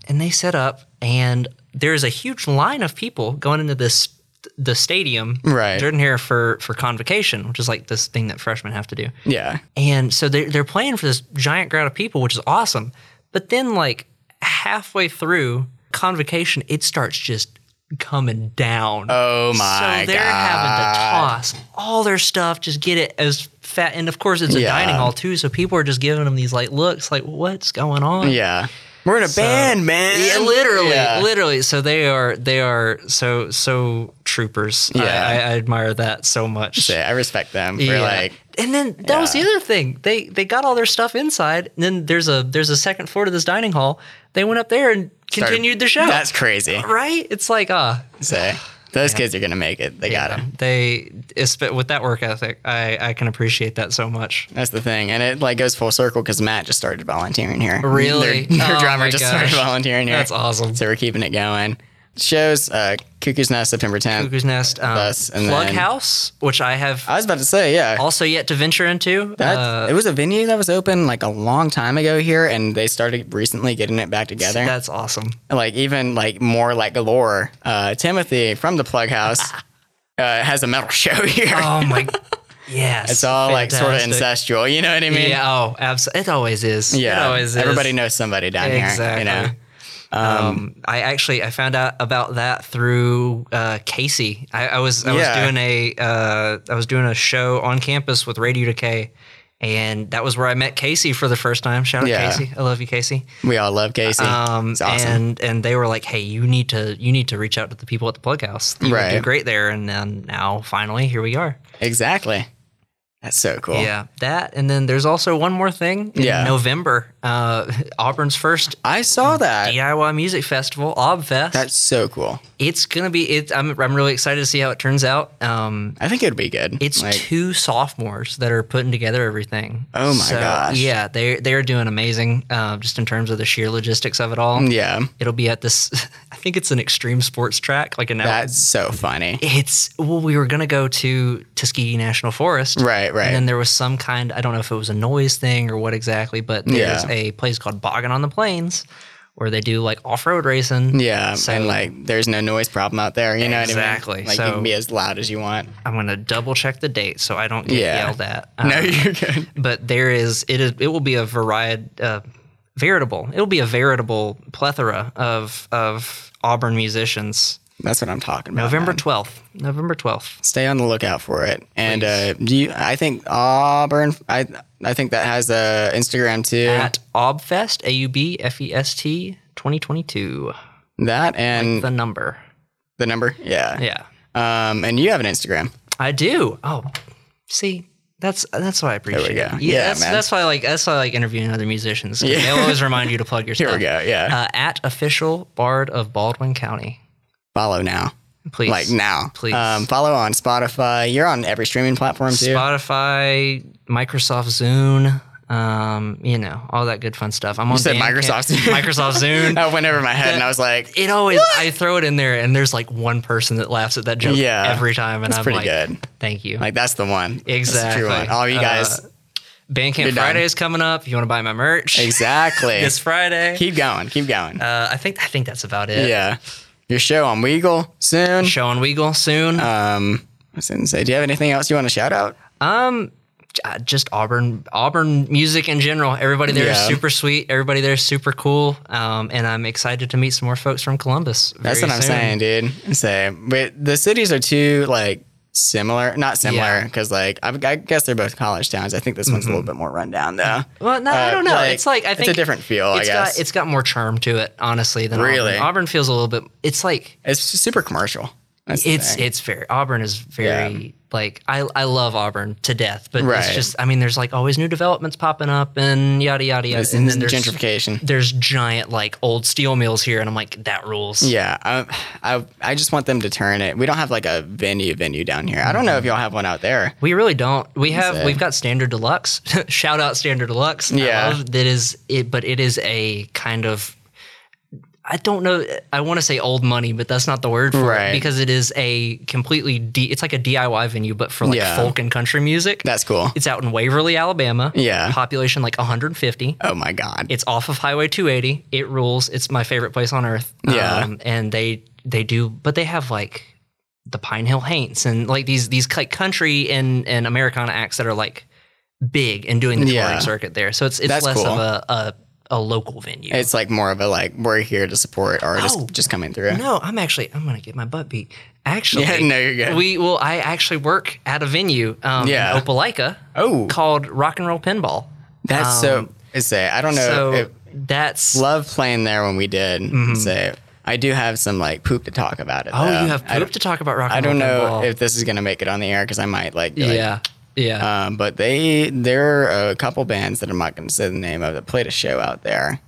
B: and they set up, and there's a huge line of people going into this the stadium
A: Right.
B: during here for for convocation, which is like this thing that freshmen have to do.
A: yeah.
B: And so they're, they're playing for this giant crowd of people, which is awesome. But then, like, halfway through convocation, it starts just coming down.
A: Oh my
B: So they're having to toss all their stuff, just get it as fat. And of course, it's a
A: Yeah.
B: dining hall, too. So people are just giving them these, like, looks like, what's going on?
A: Yeah. We're in a band, man.
B: Yeah, literally,
A: Mm. Yeah.
B: literally. So they are, they are so, so troopers. I-
A: Yeah.
B: I, I admire that so much.
A: Shit, I respect them for like
B: and then that was the other thing. They they got all their stuff inside. And then there's a there's a second floor to this dining hall. They went up there and
A: started-
B: continued the show.
A: That's crazy.
B: right. It's like ah,
A: So those kids are gonna make it. They got 'em. got them.
B: they esp- with that work ethic. I I can appreciate that so much.
A: That's the thing, and it like goes full circle because Matt just started volunteering here.
B: Really?
A: their, their
B: Oh
A: drummer
B: my
A: just started
B: gosh.
A: volunteering here.
B: That's awesome.
A: So we're keeping it going. Shows uh, Cuckoo's Nest September 10th.
B: Cuckoo's Nest, um,
A: Us, and
B: Plug
A: then-
B: House, which I have
A: I was about to say, yeah.
B: also yet to venture into.
A: That's,
B: Uh,
A: it was a venue that was open like a long time ago here, and they started recently getting it back together.
B: that's awesome.
A: like even like more like galore. Uh, Timothy from the Plug House *laughs* uh, has a metal show *laughs* here.
B: Oh my, yes.
A: it's all like sort of
B: fantastic.
A: incestual. You know what I mean?
B: Yeah. Oh, absolutely. It always is. It
A: Yeah,
B: always is.
A: everybody knows somebody down
B: Exactly.
A: here. You know,
B: Um, I actually I found out about that through uh, Casey. I, I was I
A: Yeah.
B: was doing a uh, I was doing a show on campus with Radio Decay, and that was where I met Casey for the first time. Shout out
A: Yeah.
B: Casey, I love you, Casey.
A: we all love Casey.
B: Um,
A: it's awesome.
B: and and they were like, hey, you need to you need to reach out to the people at the Plug House. You would do
A: Right.
B: great there. And then now finally here we are.
A: exactly. That's so cool.
B: Yeah, that and then there's also one more thing. In
A: Yeah.
B: November, uh, *laughs* Auburn's first
A: I
B: Mm.
A: saw that.
B: DIY music festival, Obfest.
A: That's so cool.
B: it's gonna be it I'm, I'm really excited to see how it turns out um
A: I think it'd be good.
B: it's
A: like,
B: two sophomores that are putting together everything
A: Oh my gosh.
B: yeah they they're doing amazing uh, just in terms of the sheer logistics of it all
A: yeah,
B: it'll be at this *laughs* i think it's an extreme sports track like an
A: that's so funny.
B: it's well we were gonna go to tuskegee national forest
A: Right, right.
B: and then there was some kind i don't know if it was a noise thing or what exactly but there's
A: Yeah.
B: a place called boggin on the plains where they do like off-road racing
A: yeah,
B: so-
A: and like, there's no noise problem out there. You know what I
B: Exactly,
A: mean? Like, you
B: so-
A: can be as loud as you want.
B: I'm gonna double check the date so I don't get
A: Yeah.
B: yelled at.
A: *laughs* no,
B: Um,
A: you're good.
B: but there is it is it will be a variety, uh, veritable. It'll be a veritable plethora of of Auburn musicians.
A: That's what I'm talking about.
B: November
A: man.
B: twelfth, November twelfth.
A: Stay on the lookout for it. And uh, do you? I think Auburn. I I think that has a Instagram too.
B: At Obfest, A U B F E S T, 2022.
A: that and
B: The number,
A: the number. Yeah.
B: yeah,
A: Um, and you have an Instagram.
B: I do. Oh, see, that's that's why I appreciate.
A: go.
B: It.
A: Yeah,
B: that's,
A: man.
B: that's why I like that's why I like interviewing other musicians. 'cause
A: *laughs*
B: They'll always remind you to plug your
A: Here
B: stuff.
A: we go. Yeah.
B: Uh, at official bard of Baldwin County.
A: follow now.
B: Please.
A: Like now.
B: Please.
A: Um, follow on Spotify. You're on every streaming platform too. *laughs*
B: Spotify, Microsoft Zune, um, you know, all that good fun stuff. I'm on
A: said
B: Bandcamp.
A: Microsoft Zune.
B: Microsoft
A: *laughs*
B: Zune.
A: that went over Oh, my head and I was like,
B: It always I throw it in there and there's like one person that laughs at that joke
A: Yeah.
B: every time and
A: That's
B: I'm
A: pretty
B: like
A: good.
B: thank you.
A: like that's the one. That's the
B: exactly.
A: true one. All you guys.
B: Uh, Bandcamp
A: you're done.
B: Friday is coming up. If you want to buy my
A: *laughs*
B: merch
A: exactly.
B: *laughs* this Friday.
A: keep going. Keep going.
B: Uh, I think I think that's about it.
A: yeah. Your show on Weagle soon.
B: Show on Weagle soon.
A: Um, I was gonna say, do you have anything else you want to shout out?
B: Um, j- just Auburn, Auburn music in general. Everybody there is
A: Yeah.
B: super sweet. Everybody there is super cool. Um, and I'm excited to meet some more folks from Columbus.
A: That's
B: very
A: what I'm
B: soon.
A: saying, dude. So, but the cities are too like similar, not similar,
B: Yeah.
A: because like I, I guess they're both college towns. I think this one's a little bit more rundown though.
B: Mm-hmm. Well, no, I
A: Uh,
B: don't know.
A: like,
B: it's like I
A: it's a
B: think
A: different feel, I
B: It's
A: guess.
B: got it's got more charm to it, honestly. Than
A: Really?
B: Auburn. Auburn feels a little bit. It's like
A: It's just super commercial. That's the
B: it's
A: thing.
B: it's very Auburn is very
A: Yeah.
B: like I I love Auburn to death, but
A: Right.
B: it's just I mean there's like always new developments popping up and yada yada yada,
A: It's
B: and then there's
A: gentrification.
B: there's giant like old steel mills here, and I'm like that rules.
A: Yeah, I, I I just want them to turn it. We don't have like a venue venue down here. I don't
B: Mm-hmm.
A: know if y'all have one out there.
B: We really don't. We have
A: Insane.
B: we've got standard deluxe. *laughs* Shout out standard deluxe. I
A: Yeah.
B: love that is it, but it is a kind of I don't know. I want to say old money, but that's not the word for
A: Right.
B: it because it is a completely D, it's like a DIY venue, but for like
A: Yeah.
B: folk and country music.
A: That's cool.
B: it's out in Waverly, Alabama.
A: Yeah.
B: population like 150.
A: Oh my god.
B: It's off of Highway 280. It rules. It's my favorite place on earth. Um,
A: Yeah.
B: and they they do, but they have like the Pine Hill Haints and like these these like country and and Americana acts that are like big and doing the touring
A: Yeah.
B: circuit there. So it's it's
A: That's
B: less
A: cool.
B: of a, a a local venue.
A: It's like more of a like we're here to support artists
B: Oh.
A: just coming through.
B: no, I'm actually I'm gonna get my butt beat. Actually,
A: Yeah, no, you're good.
B: We well, I actually work at a venue, um,
A: Yeah.
B: in Opelika,
A: Oh.
B: called Rock and Roll Pinball.
A: That's so.
B: Um,
A: I say I don't know.
B: so
A: if-
B: that's
A: Oh, love playing there when we did. So I do have some like poop to talk about it.
B: Mm-hmm. Oh,
A: though.
B: you have
A: I
B: poop
A: don't,
B: to talk about rock
A: I
B: and
A: don't
B: roll
A: know
B: pinball.
A: if this is gonna make it on the air because I might like. be like,
B: yeah, yeah.
A: Um, but they there are a couple bands that I'm not going to say the name of that played a show out there,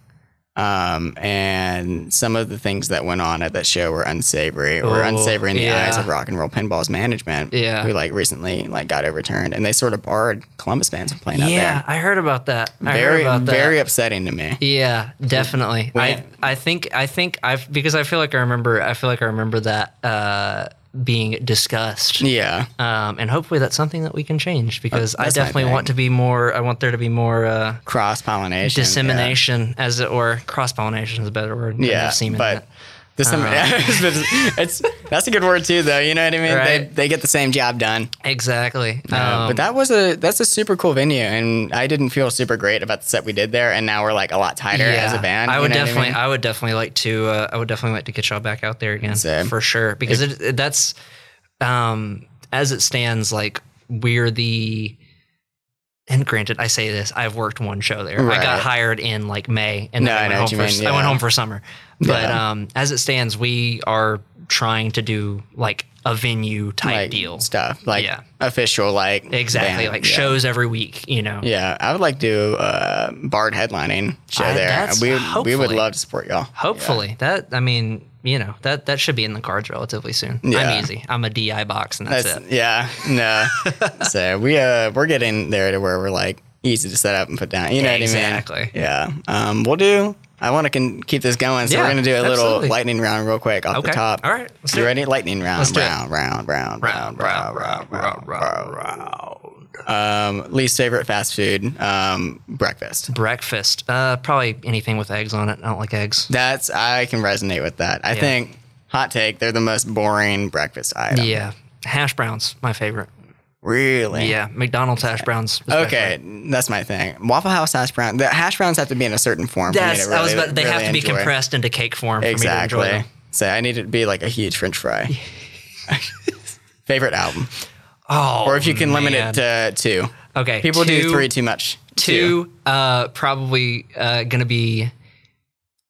A: um, and some of the things that went on at that show were unsavory or
B: Oh,
A: unsavory in the
B: yeah.
A: eyes of rock and roll pinball's management.
B: Yeah.
A: who like recently like got overturned, and they sort of barred Columbus bands from playing out
B: yeah,
A: there.
B: I heard about that. I
A: Very
B: heard about that.
A: very upsetting to me.
B: yeah, definitely. I I think I think I've because I feel like I remember I feel like I remember that uh, being discussed.
A: Yeah,
B: Um, and hopefully that's something that we can change because I
A: that's my
B: definitely want
A: thing.
B: to be more. I want there to be more uh,
A: cross pollination,
B: dissemination, as it were. Cross pollination is a better word. than
A: Yeah,
B: I've seen
A: yeah
B: in
A: but.
B: that.
A: the sem-
B: Uh.
A: *laughs* it's, that's a good word too, though. You know what I mean?
B: Right.
A: They, they get the same job done.
B: exactly.
A: Uh,
B: Um,
A: but that was a that's a super cool venue, and I didn't feel super great about the set we did there, and now we're like a lot tighter as a band.
B: I
A: you
B: would
A: know what
B: definitely, I,
A: mean?
B: would definitely like to, uh, I would definitely like to get y'all back out there again
A: Same.
B: for sure because it, it- that's, um, as it stands, like we're the, and granted, I say this, I've worked one show there. I
A: Right.
B: got hired in like May, and
A: No,
B: then
A: I
B: I, went
A: know
B: home
A: what
B: for,
A: you mean,
B: I went
A: yeah.
B: home for summer. But
A: Yeah.
B: um, as it stands, we are trying to do like a venue type
A: like
B: deal,
A: stuff like
B: Yeah.
A: official like
B: exactly,
A: band,
B: like
A: yeah.
B: shows every week, you know.
A: Yeah, I would like to do uh, Bard headlining show
B: I-
A: there.
B: that's-
A: We we would
B: hopefully.
A: love to support y'all.
B: Hopefully, that I mean, you know, that that should be in the cards relatively soon.
A: Yeah.
B: I'm easy. I'm a DI box, and that's,
A: That's,
B: it.
A: yeah,
B: *laughs*
A: no. so we uh we're getting there to where we're like easy to set up and put down. You know what I mean?
B: Exactly.
A: Yeah. Um, we'll do. I want to can keep this going, so
B: Yeah,
A: we're gonna do a little
B: absolutely.
A: lightning round real quick off
B: Okay.
A: the top.
B: All right, let's
A: you
B: do it.
A: ready? Lightning round.
B: Let's do it.
A: round, round, round, round, round, round, round, round, Um, least favorite fast food. Um, breakfast.
B: Breakfast, uh, probably anything with eggs on it. I don't like eggs.
A: That's I can resonate with that. I think hot take. They're the most boring breakfast item.
B: Yeah, hash browns, my favorite.
A: Really.
B: Yeah, McDonald's hash browns. especially.
A: Okay, that's my thing. Waffle House hash brown. The hash browns have to be in a certain form. for me
B: that's
A: to
B: I was
A: really-
B: about. They have
A: really
B: to be
A: enjoy.
B: compressed into cake form. For me to enjoy
A: Exactly.
B: them.
A: So I need it to be like a huge French fry.
B: *laughs*
A: Favorite album,
B: Oh,
A: or if you can limit it to two.
B: okay,
A: People do
B: two-
A: three too much.
B: two uh probably uh gonna be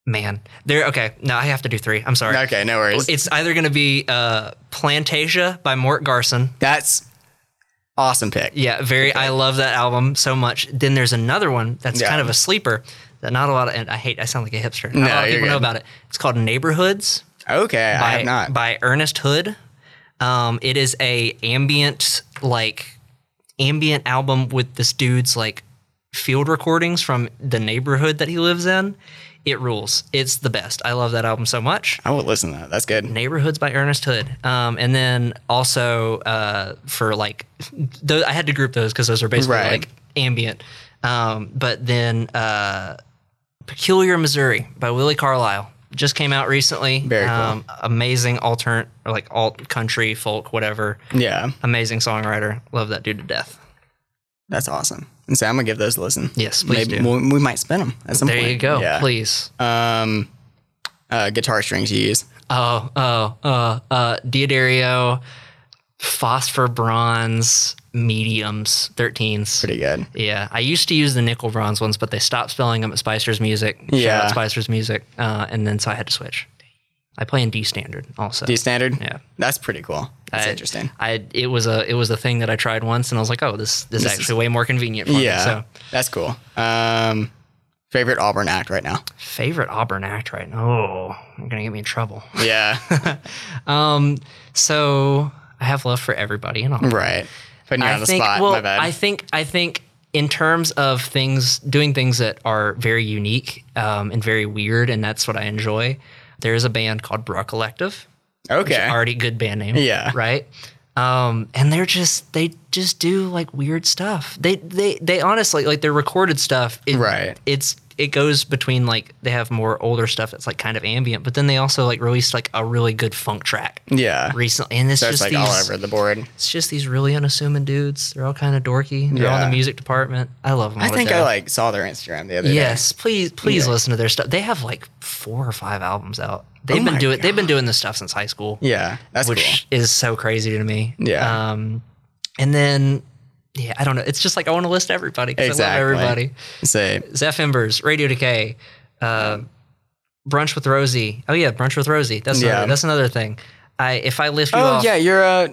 B: man there okay no i have to do three i'm sorry
A: Okay, no worries.
B: it's either gonna be uh plantasia by mort garson
A: That's awesome pick.
B: yeah very i love that album so much then there's another one that's
A: Yeah.
B: kind of a sleeper that not a lot of and i hate i sound like a hipster not
A: No,
B: a lot of
A: you're
B: people know
A: good.
B: about it it's called neighborhoods
A: Okay,
B: by,
A: I have not.
B: by Ernest Hood. Um, it is a ambient like ambient album with this dude's like field recordings from the neighborhood that he lives in. It rules. It's the best. I love that album so much.
A: I will listen to that. That's good.
B: Neighborhoods by Ernest Hood. Um, and then also uh, for like, those, I had to group those because those are basically
A: Right.
B: like ambient. Um, but then uh, Peculiar Missouri by Willie Carlisle just came out recently. Um,
A: Very cool.
B: amazing alternate, or like alt country, folk, whatever.
A: Yeah,
B: Amazing songwriter. Love that dude to death.
A: that's awesome. And so I'm gonna give those a listen.
B: Yes, please
A: Maybe
B: do.
A: We, we might spin them at some
B: There
A: point.
B: you go.
A: Yeah.
B: Please.
A: Um, uh, guitar strings you use.
B: Oh, oh, uh, uh, Diodario, Phosphor Bronze, Mediums, 13s.
A: Pretty good.
B: Yeah, I used to use the nickel bronze ones, but they stopped spelling them at Spicer's Music. Shout
A: Yeah.
B: out Spicer's Music. Uh, and then so I had to switch. I play in D standard also.
A: D standard.
B: Yeah.
A: that's pretty cool. That's
B: I-
A: interesting.
B: I it was a it was a thing that I tried once, and I was like, oh, this, this, is
A: This
B: actually way more convenient for me.
A: Yeah,
B: So
A: that's cool. Um, favorite Auburn act right now.
B: favorite Auburn act right now. Oh, you're gonna get me in trouble.
A: Yeah,
B: Um, so I have love for everybody and
A: *laughs*
B: all.
A: right. Putting you
B: I
A: on the
B: think,
A: spot.
B: Well,
A: my bad.
B: I think I think in terms of things doing things that are very unique um, and very weird, and that's what I enjoy. There is a band called Bra
A: *laughs*
B: Collective.
A: okay.
B: Already good band name.
A: Yeah.
B: Right. Um, and they're just they just do like weird stuff. They they they honestly like their recorded stuff. It,
A: Right.
B: It's it goes between like they have more older stuff that's like kind of ambient, but then they also like released like a really good funk track
A: yeah.
B: recently, and it's
A: So it's
B: just
A: like
B: these,
A: all over the board.
B: it's just these really unassuming dudes. They're all kind of dorky. They're all in
A: Yeah.
B: the music department. I love them.
A: I
B: all to
A: think I
B: death.
A: like saw their Instagram the other day.
B: Yes, please, please
A: Yeah.
B: listen to their stuff. They have like four or five albums out. They've
A: Oh
B: been
A: my
B: doing they've been doing this stuff since high school,
A: Yeah, that's
B: which is so crazy to me.
A: Yeah.
B: Um, and then yeah, I don't know. It's just like I want to list everybody. 'cause
A: Exactly.
B: I love everybody.
A: cool. Say
B: Zeph Embers, Radio Decay, uh, Brunch with Rosie. Oh yeah, Brunch with Rosie. That's
A: Yeah.
B: another, that's another thing. I if I list you
A: Oh
B: off,
A: yeah, you're uh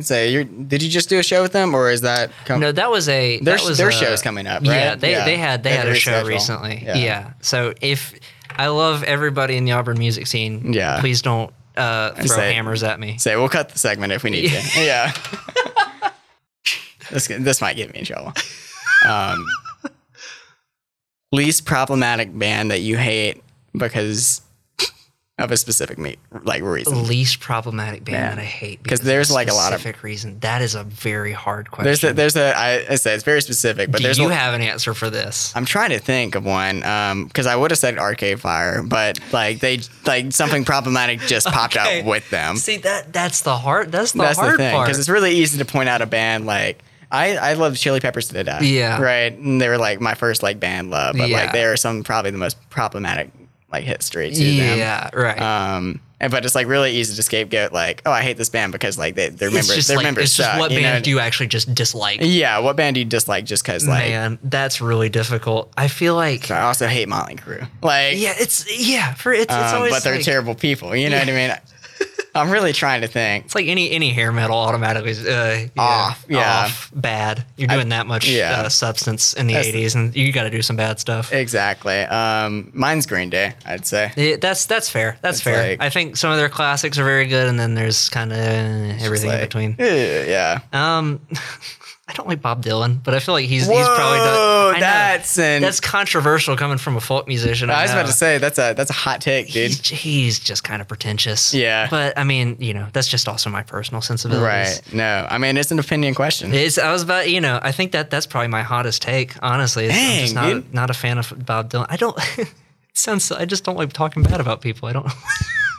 A: say you're did you just do a show with them or is that com-
B: No, that was a
A: Oh. their,
B: that was
A: their
B: a-
A: show's coming up, right?
B: Yeah, they, they had they had a
A: to
B: show
A: reschedule.
B: recently. Yeah.
A: Yeah.
B: So if I love everybody in the Auburn music scene,
A: Yeah.
B: please don't uh, throw
A: say-
B: hammers at me.
A: Say we'll cut the segment if we need to. Yeah. *laughs* this this might get me in trouble. Um least problematic band that you hate because of a specific me like reason.
B: Least problematic band
A: Man.
B: that I hate
A: 'Cause there's,
B: a
A: like, a lot of-
B: specific reason. That is a very hard question.
A: There's a, there's a I, I say it's very specific, but
B: Do
A: there's
B: you
A: a,
B: have an answer for this?
A: I'm trying to think of one because I would have said Arcade Fire, but like they like something problematic just popped
B: Okay.
A: up with them.
B: See that that's the hard that's the
A: Um, That's
B: hard
A: the thing
B: part.
A: because it's really easy to point out a band like I I love Chili Peppers to die.
B: Yeah.
A: right. And they were like my first like band love, but
B: Yeah.
A: like they are some probably the most problematic like history to them.
B: yeah, right.
A: Um, and but it's like really easy to scapegoat like oh I hate this band because like they, their
B: it's
A: members
B: just
A: their
B: like
A: members
B: it's just
A: suck.
B: what
A: you
B: band
A: know?
B: do you actually just dislike?
A: yeah, what band do you dislike just because like
B: Man, that's really difficult. I feel like
A: I also hate Motley Crue. Like
B: yeah, it's yeah for it's, it's
A: Um,
B: always
A: but they're
B: like-
A: terrible people. You know what I
B: *laughs*
A: mean? I'm really trying to think.
B: It's like any any hair metal automatically is, uh, yeah,
A: Off, yeah.
B: off, bad. You're doing that much
A: yeah.
B: uh, substance in the
A: That's-
B: '80s, and you got to do some bad stuff.
A: Exactly. Um, mine's Green Day, I'd say.
B: Yeah, that's that's fair. That's
A: It's
B: fair.
A: like-
B: I think some of their classics are very good, and then there's kind of everything
A: Like,
B: in between.
A: eh, Yeah.
B: Um, *laughs* I don't like Bob Dylan, but I feel like he's
A: Whoa,
B: he's probably done. I know.
A: that's an.
B: that's controversial coming from a folk musician. I,
A: I was
B: know.
A: about to say that's a that's a hot take, dude.
B: He's, he's just kind of pretentious.
A: Yeah.
B: But I mean, you know, that's just also my personal
A: Right.
B: sensibilities.
A: No. I mean, it's an opinion question.
B: It's, I was about, you know, I think that that's probably my hottest take, honestly. is I'm just
A: Dang,
B: not,
A: dude.
B: not a fan of Bob Dylan. I don't, *laughs* it sounds, I just don't like talking bad about people. I don't, *laughs*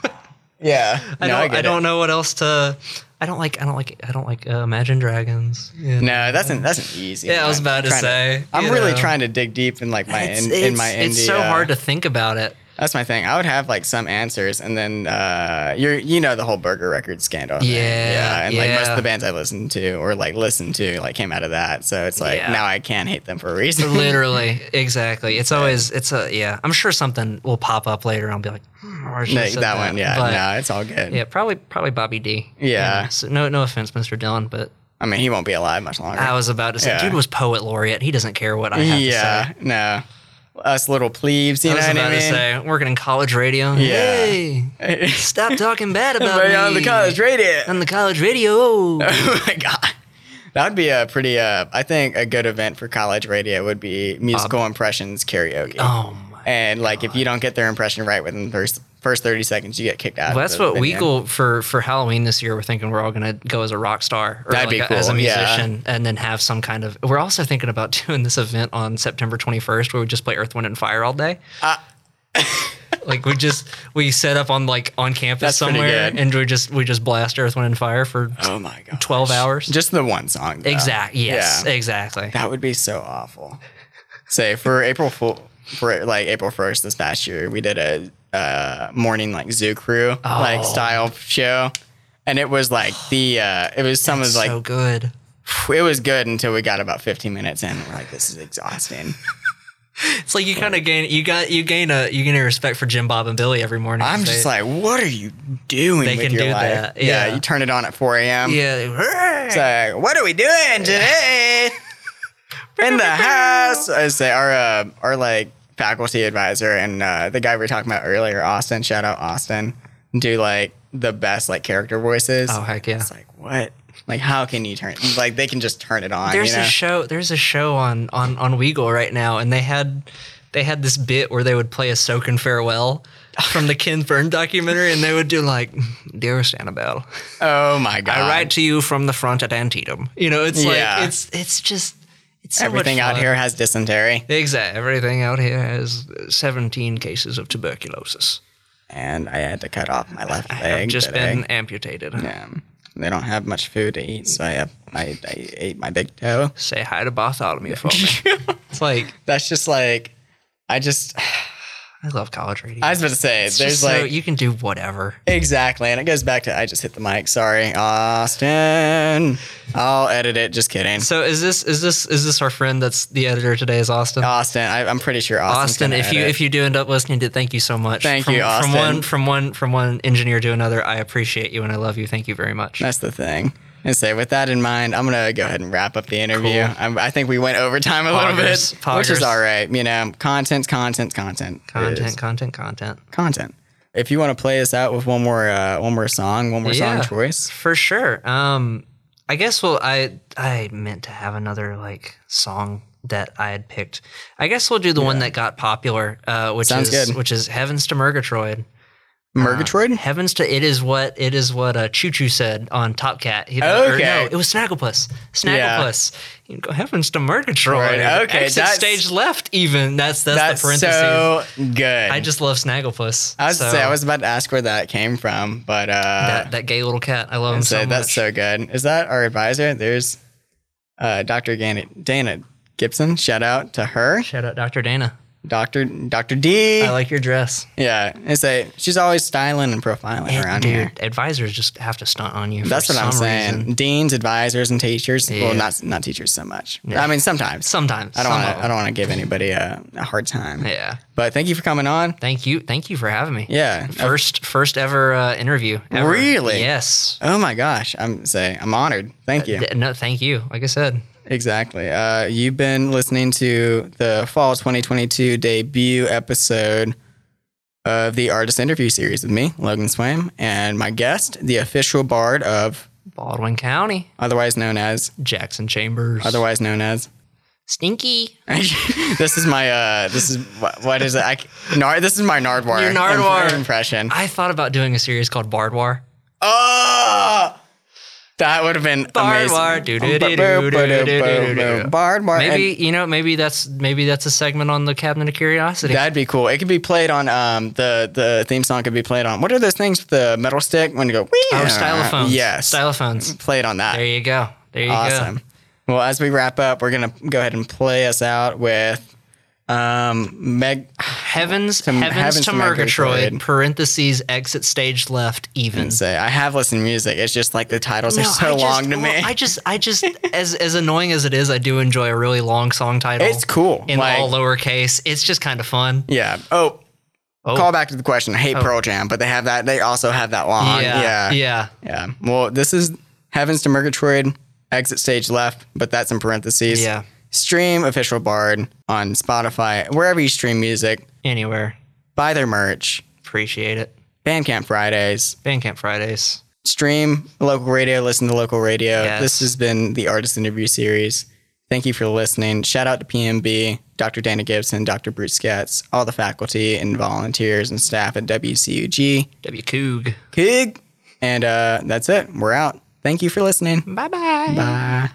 A: Yeah.
B: I
A: no,
B: don't,
A: I,
B: I,
A: get
B: don't know what else to, I don't like, I don't like, I don't like uh, Imagine Dragons. Yeah.
A: It. No, that's an that's an easy.
B: Yeah, I
A: one.
B: was about to
A: Trying
B: say,
A: I'm
B: you
A: really
B: know.
A: trying to dig deep in like my
B: It's,
A: in,
B: it's,
A: in my
B: it's
A: indie,
B: so
A: uh,
B: hard to think
A: *laughs*
B: about it.
A: That's my thing. I would have like some answers, and then uh, you're you know the whole burger record scandal. thing.
B: Yeah,
A: and like most
B: yeah.
A: of the bands I listened to or like listened to like came out of that. So it's like
B: Yeah.
A: now I can't hate them for a reason. *laughs*
B: Literally, exactly. It's always, it's a, yeah, I'm sure something will pop up later and I'll be like, hmm, I should've
A: No, that,
B: said
A: one, yeah,
B: But,
A: no, it's all good.
B: Yeah, probably, probably Bobby D.
A: Yeah.
B: You know, so no, no offense, Mr. Dylan, but
A: I mean, he won't be alive much longer.
B: I was about to say,
A: Yeah.
B: dude was poet laureate. He doesn't care what I have to
A: yeah,
B: say.
A: no, us little plebes. You
B: I was
A: know
B: about
A: what I mean?
B: to say, working in college radio.
A: Yeah.
B: Hey, stop
A: *laughs*
B: talking bad about
A: Right
B: me.
A: on the college radio. *laughs*
B: On the college radio.
A: oh my god. That would be a pretty, uh, I think, a good event for college radio would be musical impressions karaoke.
B: Um, oh my.
A: and like, if you don't get their impression right within the first, first 30 seconds, you get kicked out. of
B: Well, that's
A: the
B: what we
A: venue.
B: go for for Halloween this year. We're thinking we're all gonna go as a rock star or
A: That'd
B: like
A: be
B: a- as a
A: cool, yeah.
B: musician, and then have some kind of. We're also thinking about *laughs* doing this event on September 21st where we just play Earth, Wind, and Fire all day.
A: Uh,
B: *laughs* like we just we set up on like on campus
A: That's pretty
B: somewhere,
A: good.
B: and we just we just blast Earth, Wind, and Fire for
A: Oh my god.
B: 12 hours.
A: Just the one song. Though.
B: Exact. Yes. Exactly.
A: That would be so awful. Say
B: *laughs*
A: for April Fool, for like April first this past year, we did a uh, morning like zoo crew
B: Oh.
A: like style show, and it was like the uh, it was some of like
B: so good.
A: it was good until we got about fifteen minutes in. We're like, this is
B: *laughs*
A: exhausting.
B: It's like you kind of gain you got you gain a you gain a respect for Jim Bob and Billy every morning.
A: I'm
B: They-
A: just like, what are you doing
B: They
A: with
B: can
A: your
B: do
A: life?
B: that,
A: Yeah.
B: yeah.
A: you turn it on at four a.m.
B: yeah. they-
A: It's like, what are we doing
B: *laughs*
A: today? In the house. I say our uh, our like faculty advisor and uh, the guy we were talking about earlier, Austin. Shout out Austin. Do like the best like character voices.
B: Oh heck yeah.
A: It's like what? Like how can you turn? Like they can just turn it on.
B: There's
A: you know?
B: a show. There's a show on on on Weagle right now, and they had they had this bit where they would play a soak and farewell from the Ken Fern documentary, and they would do like, "Dearest Annabelle,
A: oh my god!
B: I write to you from the front at Antietam." You know, it's like
A: Yeah.
B: it's it's just it's so much
A: Everything out
B: fun.
A: here has dysentery,
B: Exactly. Everything out here has 17 cases of tuberculosis.
A: and I had to cut off my left
B: I
A: leg.
B: have just
A: today.
B: been amputated.
A: Yeah. They don't have much food to eat, so I, I, I ate my big toe.
B: Say hi to
A: *laughs*
B: Bartholomew for me. it's like
A: That's just like, I just,
B: I love college radio.
A: I was about to say,
B: It's
A: there's
B: just so-
A: like
B: you can do whatever.
A: exactly, and it goes back to I just hit the mic. Sorry, Austin. I'll edit it. Just kidding,
B: So is this is this is this our friend that's the editor today? Is Austin?
A: Austin. I, I'm pretty sure Austin.
B: Austin, if you if you do end up listening to, thank you so much.
A: Thank
B: from,
A: you, Austin.
B: From one from one from one engineer to another, I appreciate you and I love you. Thank you very much.
A: that's the thing. And say with that in mind, I'm gonna go ahead and wrap up the interview.
B: Cool.
A: I'm, I think we went overtime a
B: Poggers,
A: little bit, which is
B: poggers.
A: all right. You know, content, content, content, It is
B: Content, content, content.
A: content. If you want to play us out with one more, uh, one more song, one more
B: Yeah.
A: song choice.
B: For sure. Um, I guess. Well, I I meant to have another like song that I had picked. I guess we'll do the one that got popular, uh, which
A: Sounds
B: is
A: good.
B: which is Heavens to Murgatroyd.
A: Murgatroyd?
B: Heavens to it is what it is what uh, Choo Choo said on Top Cat. He, or
A: Okay.
B: no, it was Snagglepuss. Snagglepuss. You go Heavens to Murgatroyd.
A: Right, okay,
B: Exit
A: that's-
B: stage left. Even that's
A: That's
B: that's, the parentheses.
A: so good.
B: I just love Snagglepuss.
A: I was
B: so
A: say I was about to ask where that came from, but uh,
B: that, that gay little cat. I love him so
A: say
B: much.
A: that's so good. Is that our advisor? There's uh, Dr. Gan- Dana Gibson. Shout out to her,
B: Shout out Dr. Dana.
A: Doctor Doctor D.
B: I like your dress.
A: yeah, and say she's always styling and profiling around
B: Dude,
A: here.
B: advisors just have to stunt on you.
A: That's
B: for
A: what I'm
B: some
A: saying.
B: reason.
A: Deans, advisors, and teachers.
B: Yeah.
A: Well, not not teachers so much. I mean, sometimes.
B: Sometimes.
A: I don't
B: some
A: want
B: of
A: I don't want to give anybody a, a hard time.
B: them. Yeah.
A: But thank you for coming on.
B: Thank you. Thank you for having me.
A: Yeah.
B: First, first ever uh, interview. ever.
A: Really?
B: Yes.
A: Oh my gosh, I'm say I'm honored. Thank you.
B: Uh, Th- No, thank you. Like I said,
A: Exactly. Uh, you've been listening to the fall 2022 debut episode of the artist interview series with me, Logan Swaim, and my guest, the official bard of
B: Baldwin County,
A: otherwise known as
B: Jackson Chambers,
A: otherwise known as. *laughs*
B: Stinky.
A: this is my uh, this is what, what is it? I, c- nar, this is my Nardwar,
B: Your Nardwar.
A: im- impression.
B: I thought about doing a series called Bardwar.
A: Oh, that would have been
B: Bardwar,
A: amazing.
B: doo-doo-doo-doo-doo-doo-doo-doo.
A: Bardwar, and-
B: Maybe you know, maybe that's maybe that's a segment on the Cabinet of Curiosity.
A: That'd be cool. It could be played on um the the theme song could be played on what are those things with the metal stick when you go wee
B: oh, stylophones.
A: Yes.
B: stylophones.
A: play it on
B: There
A: that.
B: you go. There you
A: Awesome.
B: go.
A: Well, as we wrap up, we're gonna go ahead and play us out with um Meg *sighs*
B: Heavens,
A: To-
B: heavens,
A: heavens
B: to
A: to
B: Murgatroyd.
A: Murgatroyd.
B: Parentheses. Exit stage left. Even.
A: say I have listened to music. It's just like the titles are
B: No,
A: so
B: I just-
A: long to
B: well,
A: me.
B: I just, I just, as as annoying as it is, I do enjoy a really long song title.
A: It's cool.
B: in
A: Like-
B: all lowercase. It's just kind of fun.
A: *laughs* yeah. Oh,
B: Oh.
A: Call back to the question. I hate Pearl Jam, but they have that. They also have that long.
B: yeah,
A: Yeah.
B: yeah.
A: Yeah. Well, this is Heavens to Murgatroyd, exit stage left, but that's in parentheses.
B: Yeah.
A: Stream Official Bard on Spotify, wherever you stream music.
C: Anywhere.
A: Buy their merch.
C: Appreciate it.
A: Bandcamp Fridays.
C: Bandcamp Fridays.
A: Stream local radio. Listen to local radio.
C: Yes.
A: This has been the Artist Interview Series. Thank you for listening. Shout out to PMB, Dr. Dana Gibson, Dr. Bruce Getz, all the faculty and volunteers and staff at WCUG.
C: W. Coog.
A: Pig. And uh, that's it. We're out. Thank you for listening.
C: Bye bye.
A: Bye.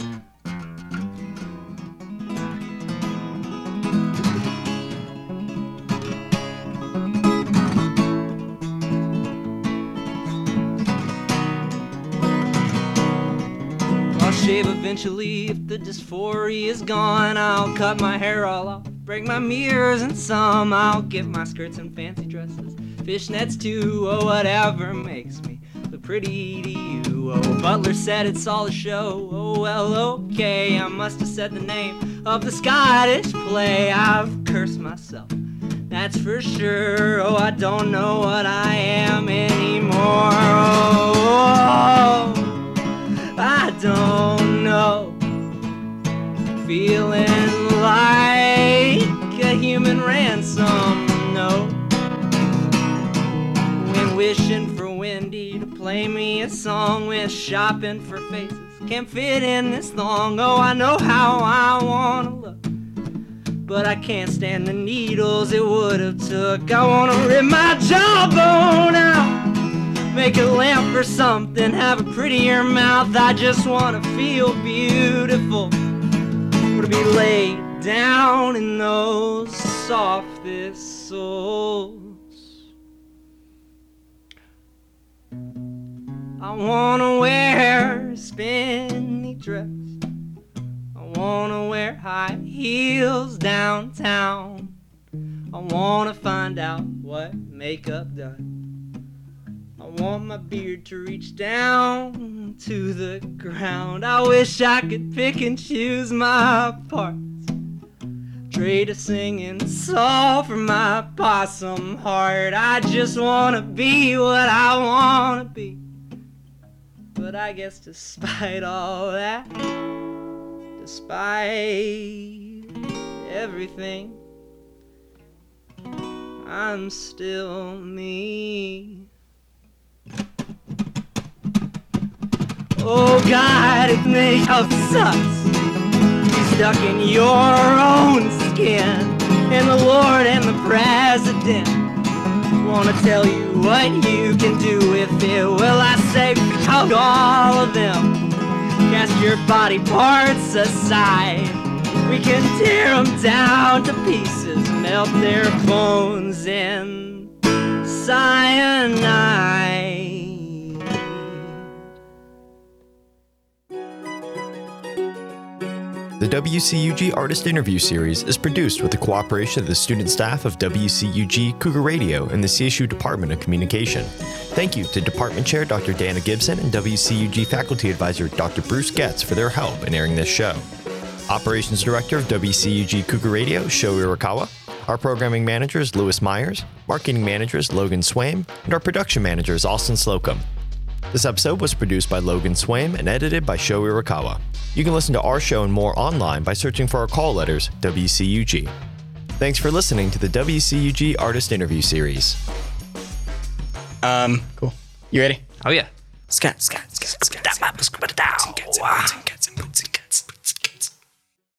C: I'll shave eventually if the dysphoria is gone. I'll cut my hair all off, break my mirrors and some. I'll get my skirts and fancy dresses, fishnets too, or whatever makes me look pretty to you. Oh, Butler said it's all a show. Oh, well, okay, I must have said the name of the Scottish play. I've cursed myself. That's for sure. Oh, I don't know what I am anymore. Oh, I don't know. Feeling like a human ransom, no. When wishing for Wendy to play me a song, when shopping for faces can't fit in this thong. Oh, I know how I wanna look. But I can't stand the needles it would have took. I wanna rip my jawbone out. Make a lamp or something, have a prettier mouth. I just wanna feel beautiful. Wanna be laid down in those softest souls. I wanna wear a spinny dress. I wanna wear high heels downtown. I wanna find out what makeup does. I want my beard to reach down to the ground. I wish I could pick and choose my parts. Trade a singing saw for my possum heart. I just wanna be what I wanna be. But I guess despite all that, despite everything, I'm still me. Oh God, it makeup sucks. You're stuck in your own skin, and the Lord and the President wanna tell you what you can do with it. Well, I say, fuck all of them. Cast your body parts aside. We can tear them down to pieces, melt their bones in cyanide.
D: The WCUG Artist Interview Series is produced with the cooperation of the student staff of WCUG Cougar Radio and the CSU Department of Communication. Thank you to Department Chair Dr. Dana Gibson and WCUG Faculty Advisor Dr. Bruce Getz for their help in airing this show. Operations Director of WCUG Cougar Radio, Sho Irakawa. Our programming manager is Lewis Myers, marketing manager is Logan Swaim, and our production manager is Austin Slocum. This episode was produced by Logan Swaim and edited by Sho Irakawa. You can listen to our show and more online by searching for our call letters, WCUG. Thanks for listening to the WCUG Artist Interview Series.
A: Um, cool. You ready?
C: Oh yeah.
A: Scott, Scott, Scott, Scott. Scott, Scott, Scott, Scott, Scott, Scott, Scott, Scott, Scott, Scott, Scott, Scott.